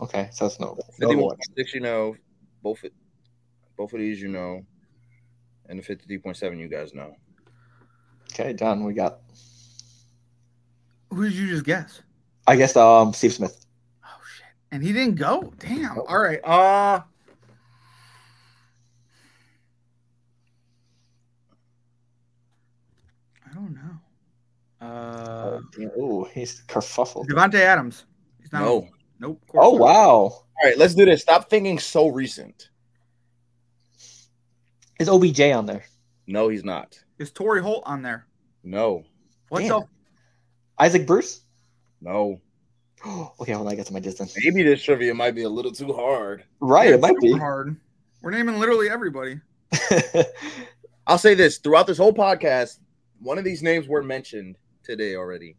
Okay, so it's no. no more.
51.6, you know. Both, it- both of these, you know. And the 53.7, you guys know.
Okay, John, we got.
Who did you just guess?
I guess um Steve Smith.
Oh shit! And he didn't go. Damn. All right. Uh. I don't know. Uh,
Ooh, he's kerfuffled.
Devonte Adams. He's not.
No.
Nope. of course
Oh
not.
wow,
All right, let's do this. Stop thinking so recent.
is OBJ on there?
No, he's not.
Is Tory Holt on there?
No,
What
Damn. Oh,
the?
Isaac Bruce?
no.
okay, hold on, I got to my distance.
Maybe this trivia might be a little too hard.
Right, it
It's
might
super
be.
hard. We're naming literally everybody.
I'll say this throughout this whole podcast, one of these names were mentioned today already.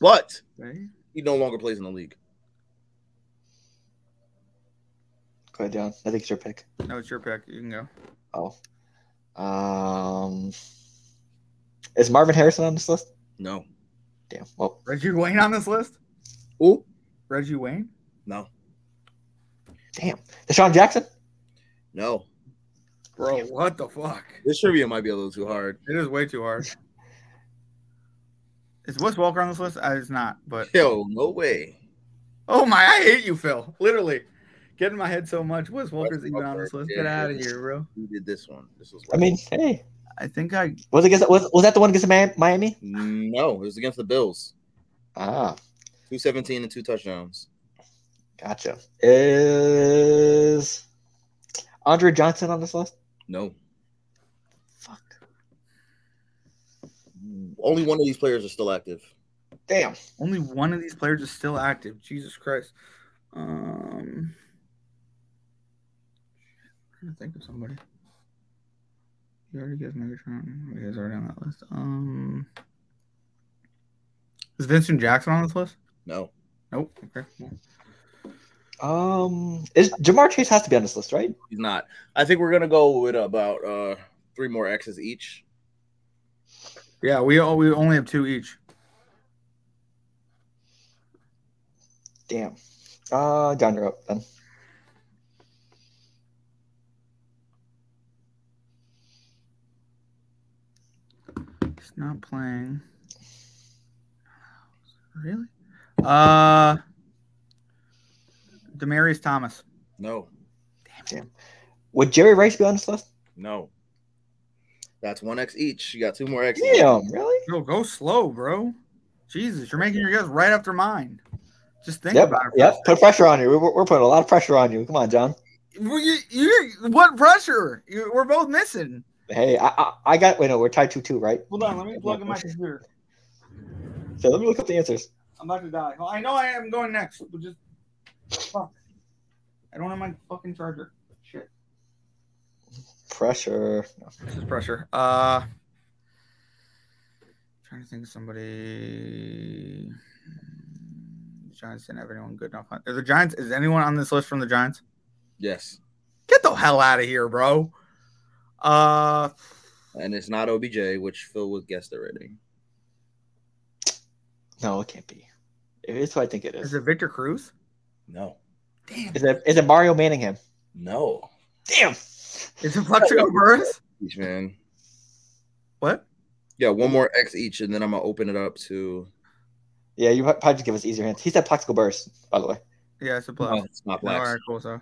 But
Okay.
he no longer plays in the league.
go ahead, John. I think it's your pick.
No, it's your pick. You can go.
Oh, um, is Marvin Harrison on this list?
No.
Damn. Well,
Reggie Wayne on this list?
Ooh.
Reggie Wayne?
No.
damn. Deshaun Jackson.
No.
Bro, what the fuck?
This trivia might be a little too hard.
It is way too hard. Is Wes Walker on this list? Uh, it's not, but
Yo, no way.
oh my, I hate you, Phil. Literally. Get in my head so much. Wes Walker's even on
Walker,
this list.
yeah.
Get out of here, bro.
Who did this one? This was
I mean, hey,
I think I
was it against, was, was that the one against Mi- Miami?
no, it was against the Bills.
Ah,
217 and two touchdowns.
gotcha. Is Andre Johnson on this list?
No.
Fuck.
Only one of these players is still active.
Damn.
only one of these players is still active. Jesus Christ. Um I'm trying to think of somebody. You already guessed Megatron. He is already on that list. Um Is Vincent Jackson on this list?
No.
Nope. Okay. cool.
Um, is Jamar Chase has to be on this list, right?
He's not. I think we're gonna go with about uh three more X's each.
Yeah, we all, we only have two each.
Damn. Uh, John, you're up then.
He's not playing. Really? Uh Demarius Thomas.
No,
Would Jerry Rice be on this list?
no. That's one X each. You got two more X's.
Damn, really?
Yo, go slow, bro. Jesus, you're making your guess right after mine. Just think
Yep,
about it.
yep. Put pressure on you. We're, we're putting a lot of pressure on you. Come on, John.
Well, you, you, what pressure? You, we're both missing.
Hey, I, I, I got. Wait, no, we're tied two two, right?
Hold on, let me plug in my computer.
So let me look up the answers.
I'm about to die. I know I am going next. But just fuck. I don't have my fucking charger. Shit.
Pressure. No.
This is pressure. Uh, trying to think of somebody. The Giants didn't have anyone good enough. On, are the Giants? Is anyone on this list from the Giants?
Yes,
Get the hell out of here, bro. Uh,
and it's not OBJ, which Phil would guess already.
No, it can't be. It is what I think it is.
is it Victor Cruz?
No,
Damn.
Is it, is it Mario Manningham?
no.
Damn.
Is it Plexico Burris?
Each man.
What?
Yeah, one more X each, and then I'm gonna open it up to.
Yeah, you probably just give us easier hints. He said Plaxico Burris, by the way.
Yeah, it's a plus.
No, it's not
All
blacks.
right, cool. So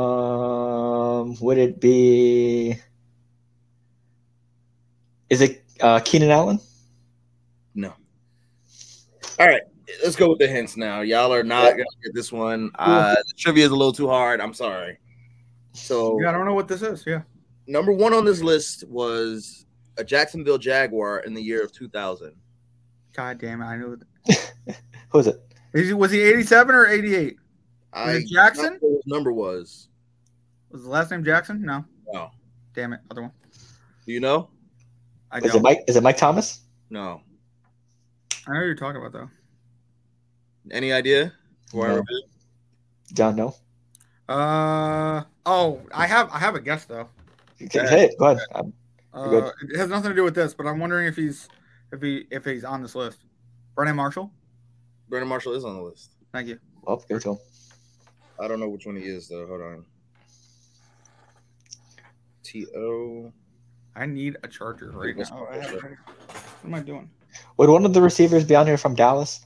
Um, would it be? Is it uh, Keenan Allen?
Let's go with the hints now. Y'all are not gonna get this one. Uh, the trivia is a little too hard. I'm sorry. So
yeah, I don't know what this is. Yeah.
number one on this list was a Jacksonville Jaguar in the year of 2000.
God damn it! I knew it.
Who is it?
Is he, was he 87 or 88?
I
it Jackson?
don't know what his number was.
Was the last name Jackson? No.
No.
Damn it. Other one.
Do you know?
I
Is it
don't.
Mike? Is it Mike Thomas?
No.
I know who you're talking about though.
Any idea? Whoever-
Don't know.
Uh oh, I have I have a guess though.
Okay,
Yeah.
Hey, go ahead. Um,
Uh,
Good.
it has nothing to do with this, but I'm wondering if he's if he if he's on this list. Brennan Marshall.
Brandon Marshall is on the list.
Thank you.
well, give it to him.
I don't know which one he is though. Hold on. T O.
I need a charger right now. Oh, I have a charger. What am I doing?
Would one of the receivers be on here from Dallas?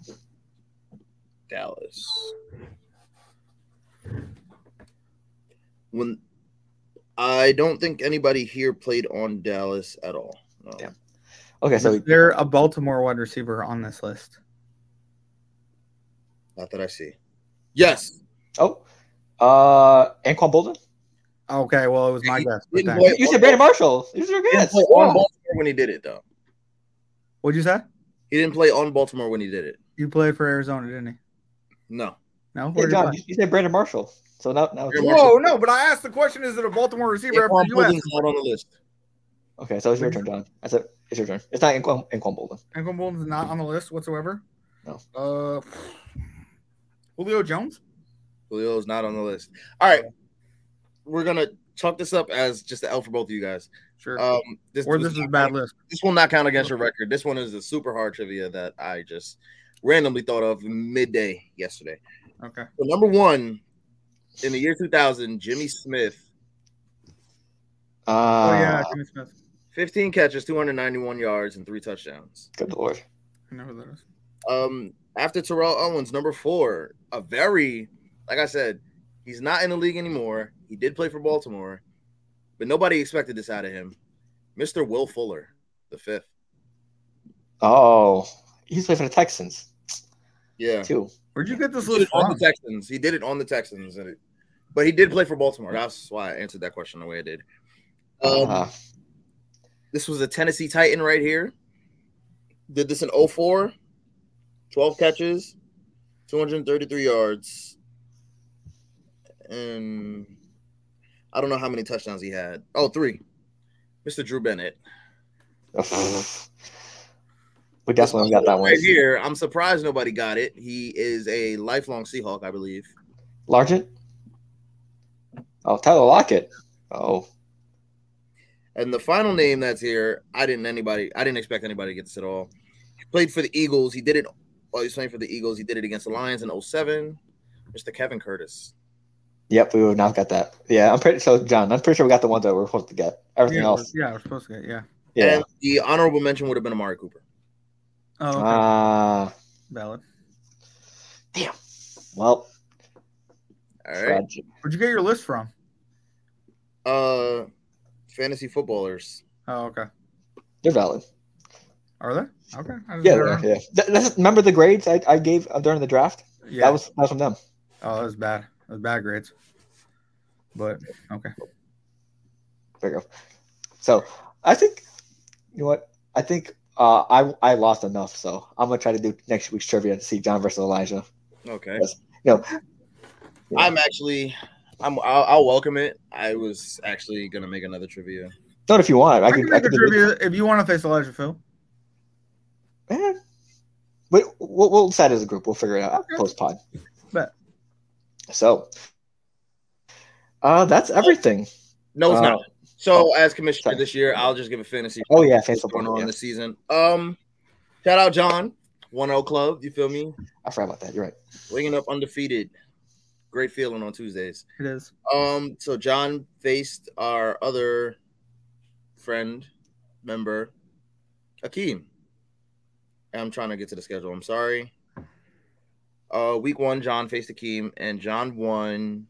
Dallas. When I don't think anybody here played on Dallas at all. No.
Yeah. Okay, so
Is there a Baltimore wide receiver on this list?
Not that I see. Yes.
oh, uh, Anquan Bolden.
Okay, well it was my guess. but
Didn't
thanks.
play-
You said Brandon Marshall. These are
He didn't
good.
play on Baltimore when he did it though.
What'd you say?
He didn't play on Baltimore when he did it.
You played for Arizona, didn't he?
No.
Yeah,
No. Where'd you
John,
play?
you, you said Brandon Marshall. So now, now,
Brandon Marshall.
Whoa, no, but I asked the question: Is it a Baltimore receiver?
Anquan
After you asked?
Bolden's not on the list.
okay, so it's your turn, John. That's it. It's your turn. It's not Anquan, Anquan Bolden.
Anquan Bolden's not on the list whatsoever.
No.
Uh, Julio Jones.
Julio's not on the list. All right. We're gonna chalk this up as just the L for both of you guys.
Sure.
Um this,
or
was
this is a
not-
bad list.
this will not count against your record. This one is a super hard trivia that I just randomly thought of midday yesterday.
Uh,
Okay.
So number one, in the year 2000, Jimmy Smith,
Uh,
oh yeah, Jimmy Smith.
15 catches, 291 yards, and three touchdowns.
Good lord.
I know who that is.
Um, after Terrell Owens, number four, a very, like I said, he's not in the league anymore. He did play for Baltimore, but nobody expected this out of him. Mr. Will Fuller, the fifth.
Oh, he's playing for the Texans
Yeah.
too.
Where'd you get this
He did
list
it on
from?
the Texans. He did it on the Texans, and it- but he did play for Baltimore. That's why I answered that question the way I did. Um,
Uh,
This was a Tennessee Titan right here. Did this in 04, 12 catches, 233 yards, and I don't know how many touchdowns he had. Oh, three. Mr. Drew Bennett.
we definitely got that one.
Right here, I'm surprised nobody got it. He is a lifelong Seahawk, I believe.
Largent. Oh, Tyler Lockett. Oh,
And the final name that's here, I didn't anybody, I didn't expect anybody to get this at all. He played for the Eagles. He did it. Oh, he's playing for the Eagles. He did it against the Lions in 07. Mr. Kevin Curtis.
yep, we would have not got that. Yeah, I'm pretty. So, John, I'm pretty sure we got the ones that we are supposed to get. Everything
Yeah,
else,
yeah, we're supposed to get. Yeah.
yeah.
And the honorable mention would have been Amari Cooper.
Oh, okay.
Ah,
valid.
well,
All right.
tragic.
Where'd you get your list from?
Uh fantasy footballers.
Oh, okay.
they're valid.
Are they? Okay. I just-
Yeah, yeah. yeah. That- that's- remember the grades I, I gave uh, during the draft?
yeah.
That was that was from them.
oh, that was bad. That was bad grades. But okay.
There you go. So I think you know what? I think uh, I I lost enough, so I'm gonna try to do next week's trivia and see John versus Elijah.
Okay.
No.
I'm actually I'm I'll, I'll welcome it. I was actually gonna make another trivia.
Not if you want. I
I can
could I
make a
could do
trivia if you want to face Elijah Phil.
Eh. We, we'll, we'll decide as a group. We'll figure it out
Okay.
post pod.
Bet.
So uh, that's everything.
No, it's
Uh,
not. So as commissioner
sorry.
this year, I'll just give a fantasy
Oh yeah, fans
what's
football.
going on
yeah.
this season. Um shout out John, one O club, you feel me?
I forgot about that. You're right.
Winging up undefeated. Great feeling on Tuesdays.
It is.
Um, so John faced our other friend, member, Akeem. I'm trying to get to the schedule. I'm sorry. Uh, week one, John faced Akeem, and John won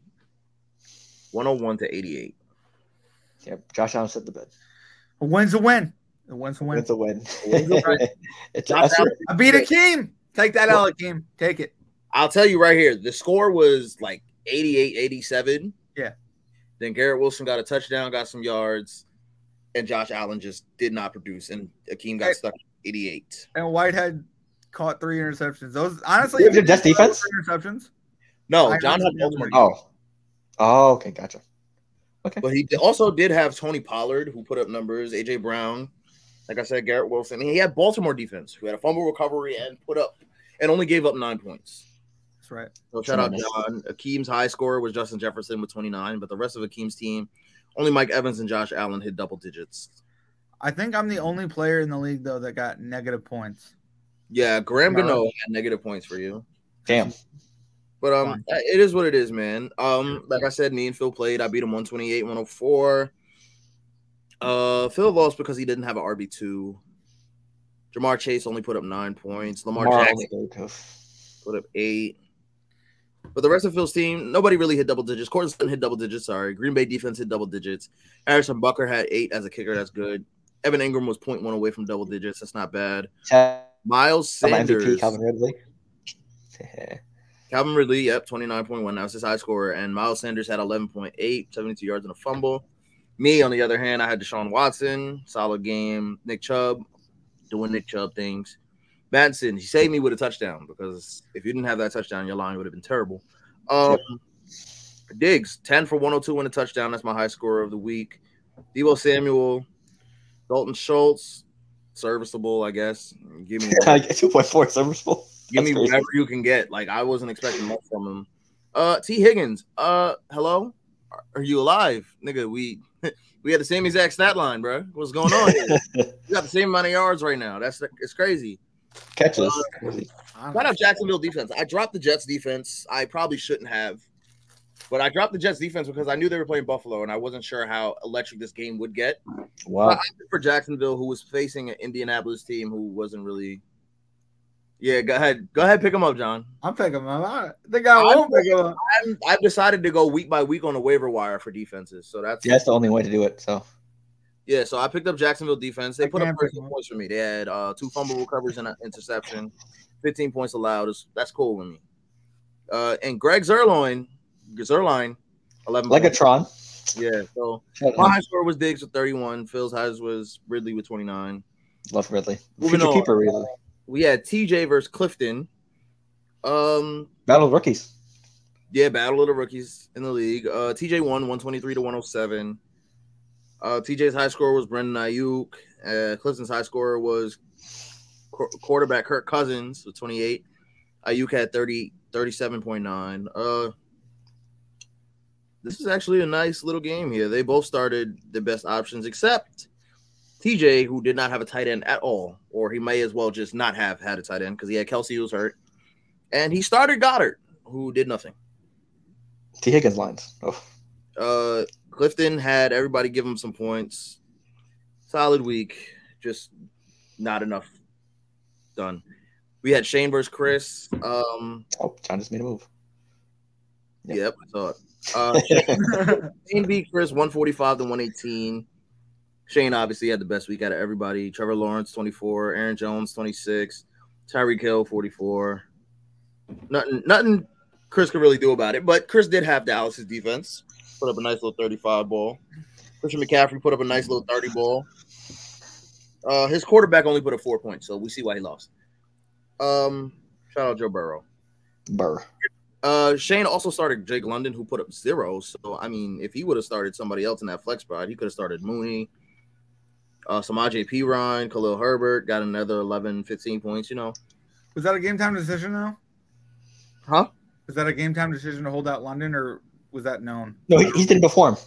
101 to 88.
Yep, Josh Allen set the bid.
A win's a win. A win's a win.
It's a win.
win's a win.
it's
Josh
that's
Allen-
right.
I beat Akeem. Take that
Well-
out, Akeem. Take it.
I'll tell you right here, the score was like 88 87.
Yeah.
Then Garrett Wilson got a touchdown, got some yards, and Josh Allen just did not produce, and Akeem got
Hey.
stuck at 88.
And Whitehead caught three interceptions. Those honestly,
Yeah, just
he caught
defense?
three interceptions.
No,
I
John had
remember
both of them.
Oh. Oh, okay, gotcha.
But he d- also did have Tony Pollard, who put up numbers, AJ Brown, like I said, Garrett Wilson. He had Baltimore defense, who had a fumble recovery and put up and only gave up nine points.
That's right.
So shout out
Tremendous.
John. Akeem's high scorer was Justin Jefferson with 29, but the rest of Akeem's team, only Mike Evans and Josh Allen hit double digits.
I think I'm the only player in the league though that got negative points.
Yeah, Graham
Am I right?
Gano had negative points for you.
Damn.
But um, it is what it is, man. Um, like I said, me and Phil played. I beat him 128, 104. Uh, Phil lost because he didn't have an RB two. Jamar Chase only put up nine points. Lamar
Lamar
Jackson
was very tough.
put up eight. But the rest of Phil's team, nobody really hit double digits. Cortland hit double digits. Sorry, Green Bay defense hit double digits. Harrison Bucker had eight as a kicker. That's good. Evan Ingram was 0.1 away from double digits. That's not bad.
Shout
Miles
out my MVP,
Sanders.
Calvin Ridley.
Calvin Ridley, yep, 29.1. That was his high scorer. And Miles Sanders had 11.8, 72 yards and a fumble. Me, on the other hand, I had Deshaun Watson, solid game. Nick Chubb, doing Nick Chubb things. Batson, he saved me with a touchdown because if you didn't have that touchdown, your line would have been terrible. Um, Diggs, 10 for 102 and a touchdown. That's my high scorer of the week. Debo Samuel, Dalton Schultz, serviceable, I guess. Give me
I get 2.4 serviceable.
Give me
That's crazy.
whatever you can get. Like I wasn't expecting much from him. Uh, T. Higgins. Uh, hello. Are- Are you alive, nigga? We we had the same exact stat line, bro. What's going on? here? we got the same amount of yards right now. That's it's crazy.
Catches.
Shout out Jacksonville defense. I dropped the Jets defense. I probably shouldn't have, but I dropped the Jets defense because I knew they were playing Buffalo, and I wasn't sure how electric this game would get
Wow.
for Jacksonville, who was facing an Indianapolis team who wasn't really. Yeah, go ahead. Go ahead, pick them up, John.
I'm picking him up. I think I won't pick him up.
I'm, I've decided to go week by week on the waiver wire for defenses. So that's
Yeah, that's the only way to do it. So
yeah. So I picked up Jacksonville defense. They
I
put up
can't pick
13
one.
points for me. They had uh, two fumble recoveries and an interception. 15 points allowed. It's- That's cool with me. Uh, and Greg Zerloin, Zerline, 11. points.
Legatron.
yeah. So
Shout out.
my high score was Diggs with 31. Phil's highs was Ridley with 29.
Love Ridley.
Moving
Future
on.
keeper Ridley.
We had TJ versus Clifton. Um,
Battle of rookies.
Yeah, battle of the rookies in the league. Uh, TJ won 123 to 107. Uh, TJ's high score was Brendan Ayuk. Uh, Clifton's high score was qu- quarterback Kirk Cousins with 28. Ayuk had 30, 37.9. Uh, this is actually a nice little game here. They both started the best options except TJ, who did not have a tight end at all, or he may as well just not have had a tight end because he had Kelsey who was hurt. And he started Goddard, who did nothing.
T. Higgins lines. Oh,
Uh, Clifton had everybody give him some points. Solid week, just not enough done. We had Shane versus Chris. Um,
oh John just made a move. Yep.
yep, I saw it. Uh, Shane beat Chris 145 to 118. Shane obviously had the best week out of everybody. Trevor Lawrence 24, Aaron Jones 26, Tyreek Hill 44. Nothing, nothing Chris could really do about it, but Chris did have Dallas's defense. Put up a nice little 35 ball. Christian McCaffrey put up a nice little 30 ball. Uh, his quarterback only put up four points, so we see why he lost. Um, shout out Joe Burrow.
Burr.
Uh, Shane also started Jake London, who put up zero. So I mean, if he would have started somebody else in that flex spot, he could have started Mooney, uh, Samaj P. Ryan, Khalil Herbert got another 11, 15 points. You know,
Was that a game time decision though?
huh?
Was that a game time decision to hold out London, or was that known?
No, he, he didn't perform.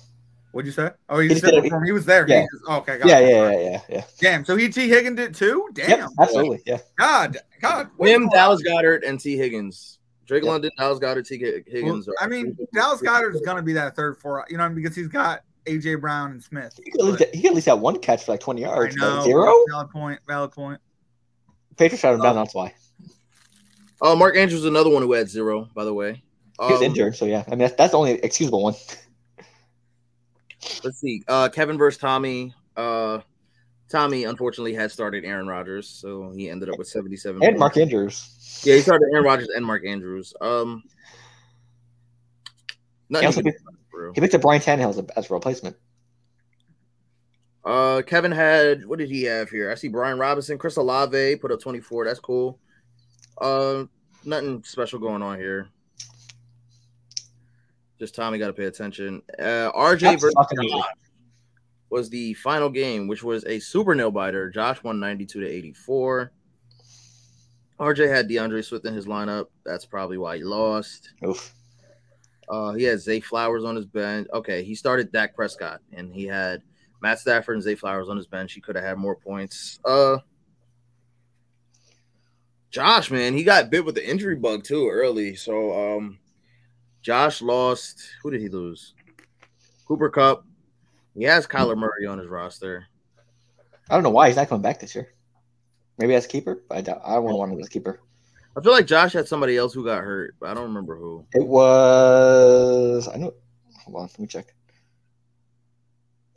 What'd you say? Oh, he,
He
just
did
said
it.
it for him. He was there. He
Yeah.
just- oh, okay.
Yeah,
it.
yeah, yeah, yeah, yeah.
Damn. So he T Higgin did too. Damn.
Yep, absolutely. Yeah.
God. God.
Him, Dallas Goddard, and T. Higgins. Drake
Yeah.
London, Dallas Goddard, T. Hig- Higgins.
I mean, Dallas Goddard's gonna be that third four. You know, what I mean? because he's got AJ Brown and Smith.
He could, at least get, he could at least have one catch for like 20
I
yards. but
know.
Zero?
Valid point. Valid point.
Oh.
Patriots shot him down. That's why.
Uh, Mark Andrews, is another one who had zero, by the way.
He was
Um,
injured, so yeah. I mean, that's, that's the only excusable one.
Let's see. Uh, Kevin versus Tommy. Uh, Tommy unfortunately had started Aaron Rodgers, so he ended up with seventy-seven.
And
points.
Mark Andrews.
Yeah, he started Aaron Rodgers and Mark Andrews. Um, nothing
He also
you can do, bro.
He picked up Brian Tannehill as a, as a replacement.
Uh, Kevin had what did he have here? I see Brian Robinson, Chris Olave put up 24. That's cool. Uh, nothing special going on here. Just Tommy got to pay attention. Uh, RJ
That's
versus
fucking
Josh was the final game, which was a super nail biter. Josh won 92 to 84. RJ had DeAndre Swift in his lineup. That's probably why he lost.
Oof.
Uh, he had Zay Flowers on his bench. Okay, he started Dak Prescott, and he had Matt Stafford and Zay Flowers on his bench. He could have had more points. Uh, Josh, man, he got bit with the injury bug too early. So, um, Josh lost. Who did he lose? Cooper Cup. He has Kyler Murray on his roster.
I don't know why he's not coming back this year. Maybe as a keeper, but I doubt. I wouldn't want him as a keeper.
I feel like Josh had somebody else who got hurt, but I don't remember who.
It was. I know. Hold on. Let me check.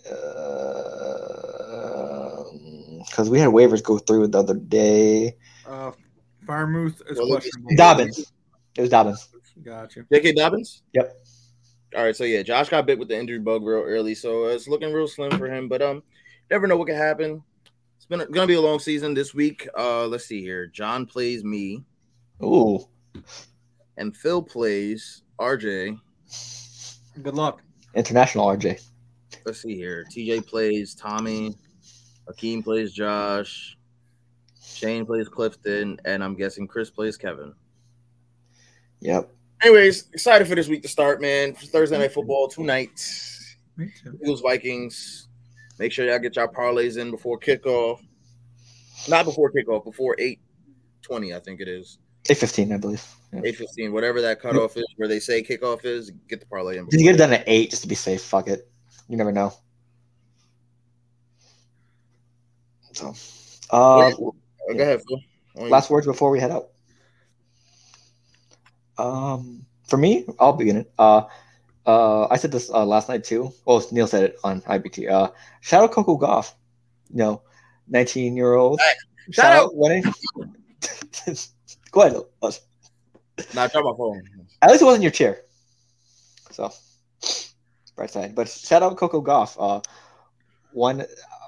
Uh, Because we had waivers go through the other day.
Uh, Farmouth is
Well, look,
questionable.
Dobbins. It was Dobbins.
Gotcha.
J.K. Dobbins.
Yep.
All right, so yeah, Josh got bit with the injury bug real early, so it's looking real slim for him. But um, never know what could happen. It's been gonna be a long season this week. Uh, let's see here. John plays me,
Ooh.
and Phil plays RJ.
Good luck.
International RJ.
Let's see here. TJ plays Tommy. Akeem plays Josh. Shane plays Clifton, and I'm guessing Chris plays Kevin.
Yep.
Anyways, excited for this week to start, man. Thursday night football, two nights.
Me too.
Eagles Vikings. Make sure y'all get y'all parlays in before kickoff. Not before kickoff, before eight twenty, I think it is.
Eight fifteen, I believe. Yeah.
Eight fifteen, whatever that cutoff is, where they say kickoff is, get the parlay in.
Did you get it done at eight just to be safe? Fuck it. You never know. So, uh,
Oh, Go ahead, Phil. On
last words before we head out. Um, for me, I'll begin it. Uh, uh, I said this uh, last night too. Well, Neil said it on IBT. Uh, shout out Coco Goff. You know, nineteen year old.
Shout out-
winning. Go ahead. Oz.
you. Nah, drop my phone.
At least it wasn't your chair. So bright side. But shout out Coco Goff. Uh, won uh,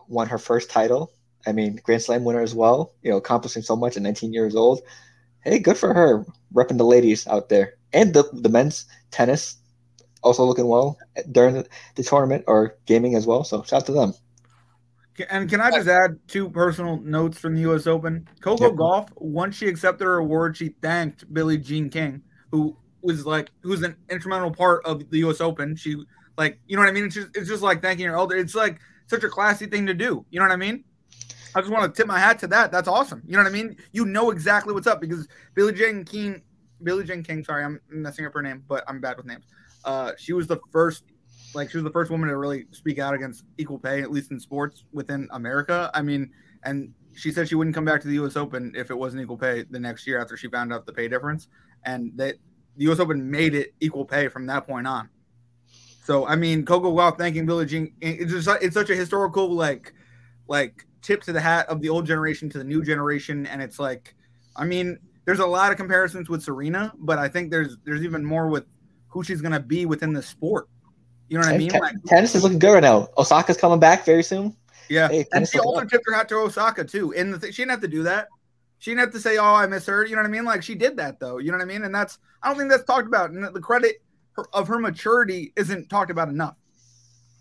won her first title. I mean, Grand Slam winner as well. You know, accomplishing so much at 19 years old. Hey, good for her. Repping the ladies out there and the the men's tennis also looking well during the tournament or gaming as well. So shout out to them.
Ca- And can I just add two personal notes from the U.S. Open? Coco
Yep.
Golf, once she accepted her award, she thanked Billie Jean King, who was like, who's an instrumental part of the U.S. Open. She, like, you know what I mean? It's just, it's just like thanking your elder. It's like such a classy thing to do. You know what I mean? I just want to tip my hat to that. That's awesome. You know what I mean? You know exactly what's up because Billie Jean King, Billie Jean King. Sorry, I'm messing up her name, but I'm bad with names. Uh, she was the first like she was the first woman to really speak out against equal pay, at least in sports within America. I mean, and she said she wouldn't come back to the U.S. Open if it wasn't equal pay the next year after she found out the pay difference, and that the U.S. Open made it equal pay from that point on. So I mean, Coco Golf thanking Billie Jean, it's just it's such a historical like, like tip to the hat of the old generation to the new generation, and it's like, I mean, there's a lot of comparisons with Serena, but I think there's there's even more with who she's gonna be within the sport. You know what I
And
mean?
te-
Like,
tennis is looking good right now. Osaka's coming back very soon.
yeah.
Hey,
And
tennis
she
looking
also
up.
tipped her hat to Osaka too. And the th- she didn't have to do that. She didn't have to say, "Oh, I miss her." You know what I mean? Like she did that though. You know what I mean? And that's I don't think that's talked about. And the credit her, of her maturity isn't talked about enough.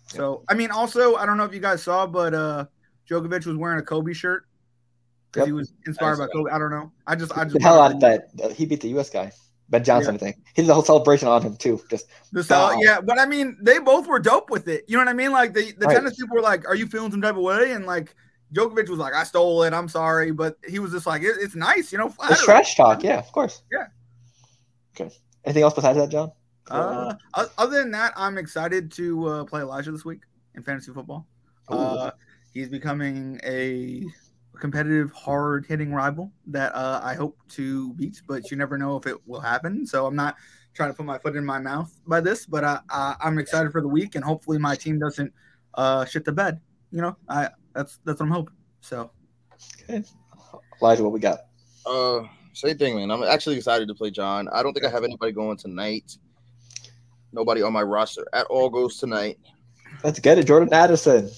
So I mean, also I don't know if you guys saw, but uh Djokovic was wearing a Kobe shirt because
Yep.
he was inspired by
Nice.
Kobe. I don't know. I just I just
the hell out of that. He beat the U.S. guy, Ben Johnson. I think he did the whole celebration on him too. Just
The style,
Wow.
yeah, but I mean, they both were dope with it. You know what I mean? Like the, the
Right.
tennis people were like, "Are you feeling some type of way?" And like Djokovic was like, "I stole it. I'm sorry," but he was just like, it, "It's nice, you know."
It's
flattering."
trash talk, yeah, of course.
Yeah.
Okay. Anything else besides that, John?
Uh, o- other than that, I'm excited to uh,
Uh,
play Elijah this week in fantasy football.
Ooh.
Uh, he's becoming Uh, a competitive, hard hitting rival that uh, I hope to beat, but you never know if it will happen. So I'm not trying to put my foot in my mouth by this, but I, I, I'm excited for the week, and hopefully my team doesn't uh, shit the bed. You know, I that's that's what I'm hoping. So
Okay. Elijah, what we got?
Uh, same thing, man. I'm actually excited to play John. I don't think I have anybody going tonight. Nobody on my roster at all goes tonight.
Let's get it, Jordan Addison.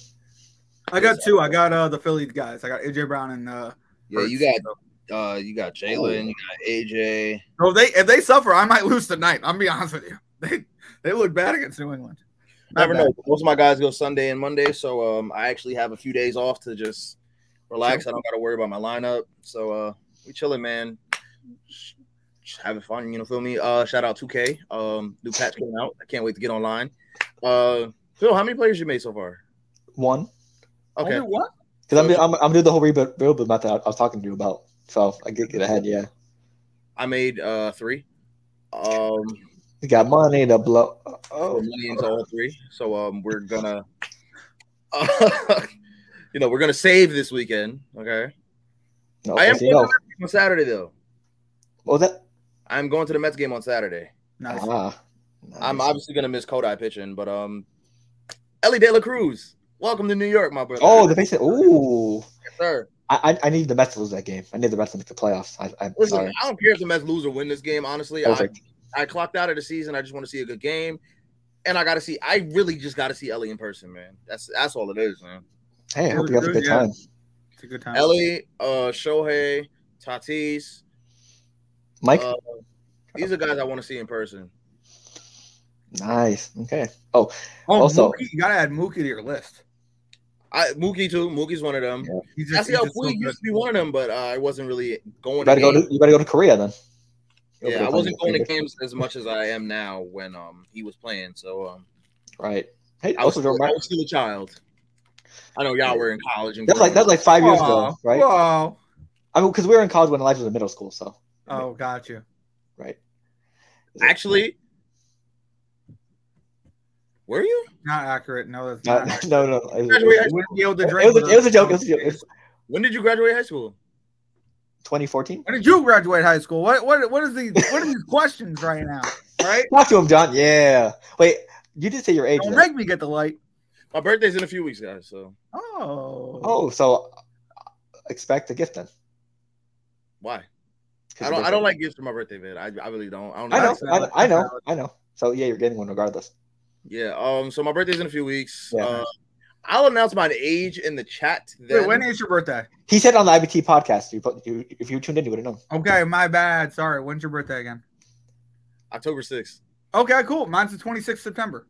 I got two. I got uh, the Philly guys. I got AJ Brown and uh,
Yeah, you
Hurts.
got uh, you got Jalen, you got AJ.
So oh, if they if they suffer, I might lose tonight. I'll be honest with you. They they look bad against New England. Not
Never
bad.
know. Most of my guys go Sunday and Monday, so um, I actually have a few days off to just relax. I don't got to worry about my lineup, so uh, we chilling, man. Just having fun, you know, feel me? Uh, shout out 2K. Um, new patch came out. I can't wait to get online. Uh, Phil, how many players you made so far?
One.
Okay,
Only what?
Because I'm, I'm, I'm doing the whole rebuild, rebuild method I, I was talking to you about. So I get, get ahead, yeah.
I made uh three. Um,
You got money to blow.
put
Oh,
money into all three, so um, we're gonna, you know, we're gonna save this weekend. Okay,
no.
I am
you know.
on Saturday though.
What was that?
I'm going to the Mets game on Saturday.
Nice.
Uh-huh.
Ah,
I'm
Nice.
obviously gonna miss Kodai pitching, but um, Ellie De La Cruz, welcome to New York, my brother.
Oh, the basic. Ooh.
Yes, sir.
I, I, I need the Mets to lose that game. I need the Mets to make the playoffs. I, I'm
Listen,
sorry.
I don't care if the Mets lose or win this game. Honestly, I,
Perfect.
I clocked out of the season. I just want to see a good game, and I gotta see. I really just gotta see Ellie in person, man. That's that's all it is, man.
Hey, I hope you have a good
Yeah.
time.
It's a good time.
Ellie, uh, Shohei, Tatis,
Mike,
uh, these are guys I want to see in person.
nice. Okay.
oh,
also-
Mookie, you gotta add Mookie to your list.
I Mookie too. Mookie's one of them.
Yeah.
He's
I see how
he's so
Puig
good.
used to be one of them, but uh, I wasn't really going.
You better go.
games.
To, you better go to Korea then.
Yeah, I
Okay,
wasn't
fine.
going to games as much as I am now when um he was playing. So um
Right. Hey,
I was,
also
still, I
remind.
was still a child. I know y'all were in college and
That's like that's like five years ago,
Whoa,
right?
Whoa.
I mean, because we were in college when Elijah was in middle school, so
Oh, got you.
right.
actually. Were you?
Not accurate. No, that's
No,
not. accurate.
no, no. It was,
Graduate high
You
school.
wouldn't be able to
it
drink.
was, a, it was a joke. It was a joke.
When did you graduate high school?
2014.
When did you graduate high school? What what what is the what are these questions right now? All right.
Talk to him, John. Yeah. Wait, you did say your age.
Don't
right?
make me get the light.
My birthday's in a few weeks, guys. So
Oh.
Oh, so uh, expect a gift then.
why?
'Cause
I
your
don't. I
birthday.
don't like gifts for my birthday, man. I, I really don't. I don't.
I know.
like-
I know. I know. I know. So yeah, you're getting one regardless.
Yeah. Um. So my birthday's in a few weeks.
Yeah.
Uh, I'll announce my age in the chat. Then.
Wait, when is your birthday?
He said on the IBT podcast. You put, you, if you tuned in, you would have known.
Okay, my bad. Sorry. When's your birthday again?
October sixth.
Okay, cool. Mine's the 26th September.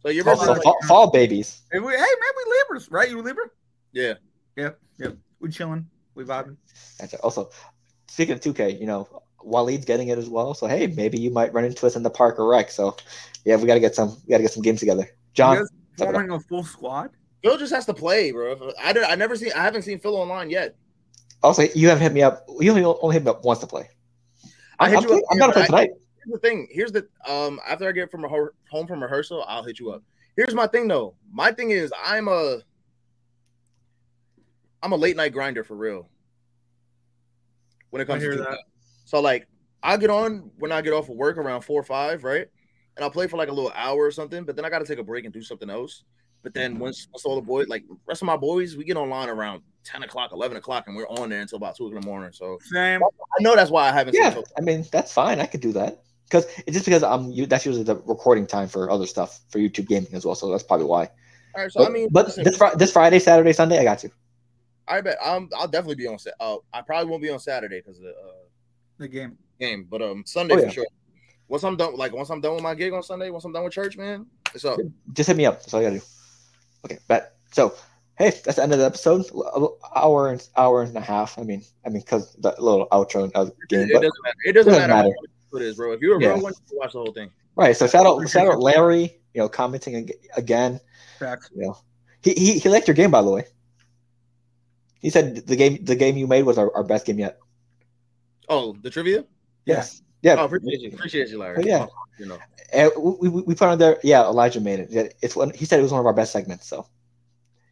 So your
Fall,
birthday?
fall, fall- fall babies.
Hey, we, hey man, we Libras, right? You a Libra?
yeah.
Yep, yep. We chilling. We vibing.
That's it. Also, speaking of 2K, you know, Waleed's getting it as well. So hey, maybe you might run into us in the park or rec. So yeah, we gotta get some. We gotta get some games together. John,
you guys forming a full squad?
Phil just has to play, bro. I did, I never seen. I haven't seen Phil online yet.
also you haven't hit me up. You only, only hit me up once to play.
I hit
I'm,
you
play-
up.
I'm gonna play
I-
tonight.
here's the thing. Here's the um. After I get from a home from rehearsal, I'll hit you up. Here's my thing though. My thing is I'm a I'm a late night grinder for real. When it comes
I
to
hear
that.
that.
so like I get on when I get off of work around four or five, right? And I'll play for like a little hour or something, but then I gotta take a break and do something else. But then once once all the boys like rest of my boys, we get online around ten o'clock, eleven o'clock, and we're on there until about two in the morning. So
Same.
I know that's why I haven't seen
Yeah,
Phil.
I mean that's fine. I could do that because it's just because I'm. You, that's usually the recording time for other stuff for YouTube gaming as well. So that's probably why.
All right, so
But,
I mean
but
listen,
this, Fri this Friday, Saturday, Sunday, I got you.
I bet I'm, I'll definitely be on. Sa- Uh, I probably won't be on Saturday because of the uh,
The game.
game, but um Sunday
Oh, yeah.
for sure. Once I'm done, like once I'm done with my gig on Sunday, once I'm done with church, man, it's up.
Just hit me up. That's all I gotta do. Okay, bet. So, hey, that's the end of the episode. L- l- Hour and hour and a half. I mean, I mean, because the little outro and other game.
It,
But,
doesn't matter. It doesn't,
doesn't
matter,
matter.
who it is, bro. If you're a
Yeah.
real one, you watch the whole thing.
right. So shout out, shout out Larry. You know, commenting ag- again.
Facts.
You know, he he, he liked your game by the way. He said the game the game you made was our, our best game yet.
Oh, the trivia.
Yes. Yeah.
Oh, appreciate you, appreciate you, Larry.
Oh, yeah.
Oh, you know,
And we, we, we put on there. Yeah, Elijah made it. Yeah, It's one. He said it was one of our best segments. So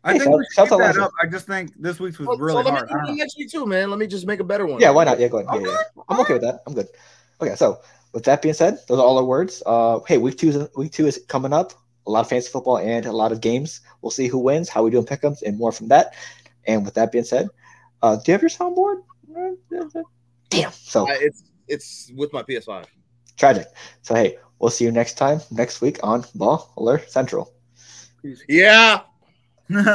I
Hey,
think
shout-
we should
shout
keep
out
that
Lashley.
up. I just think this week's was
Oh, so
really
let me
hard. I
do
don't
one
know.
next week too, man. Let me just make a better one.
Yeah, why not? Yeah, go ahead. Yeah, yeah, yeah. I'm okay with that. I'm good. Okay, so with that being said, those are all our words. Uh, hey, week two, is, week two is coming up. A lot of fantasy football and a lot of games. We'll see who wins, how we do in pickups, and more from that. And with that being said, uh, do you have your soundboard? Damn. So
Uh, it's it's with my PS5.
tragic. So hey, we'll see you next time next week on Ball Alert Central.
Yeah.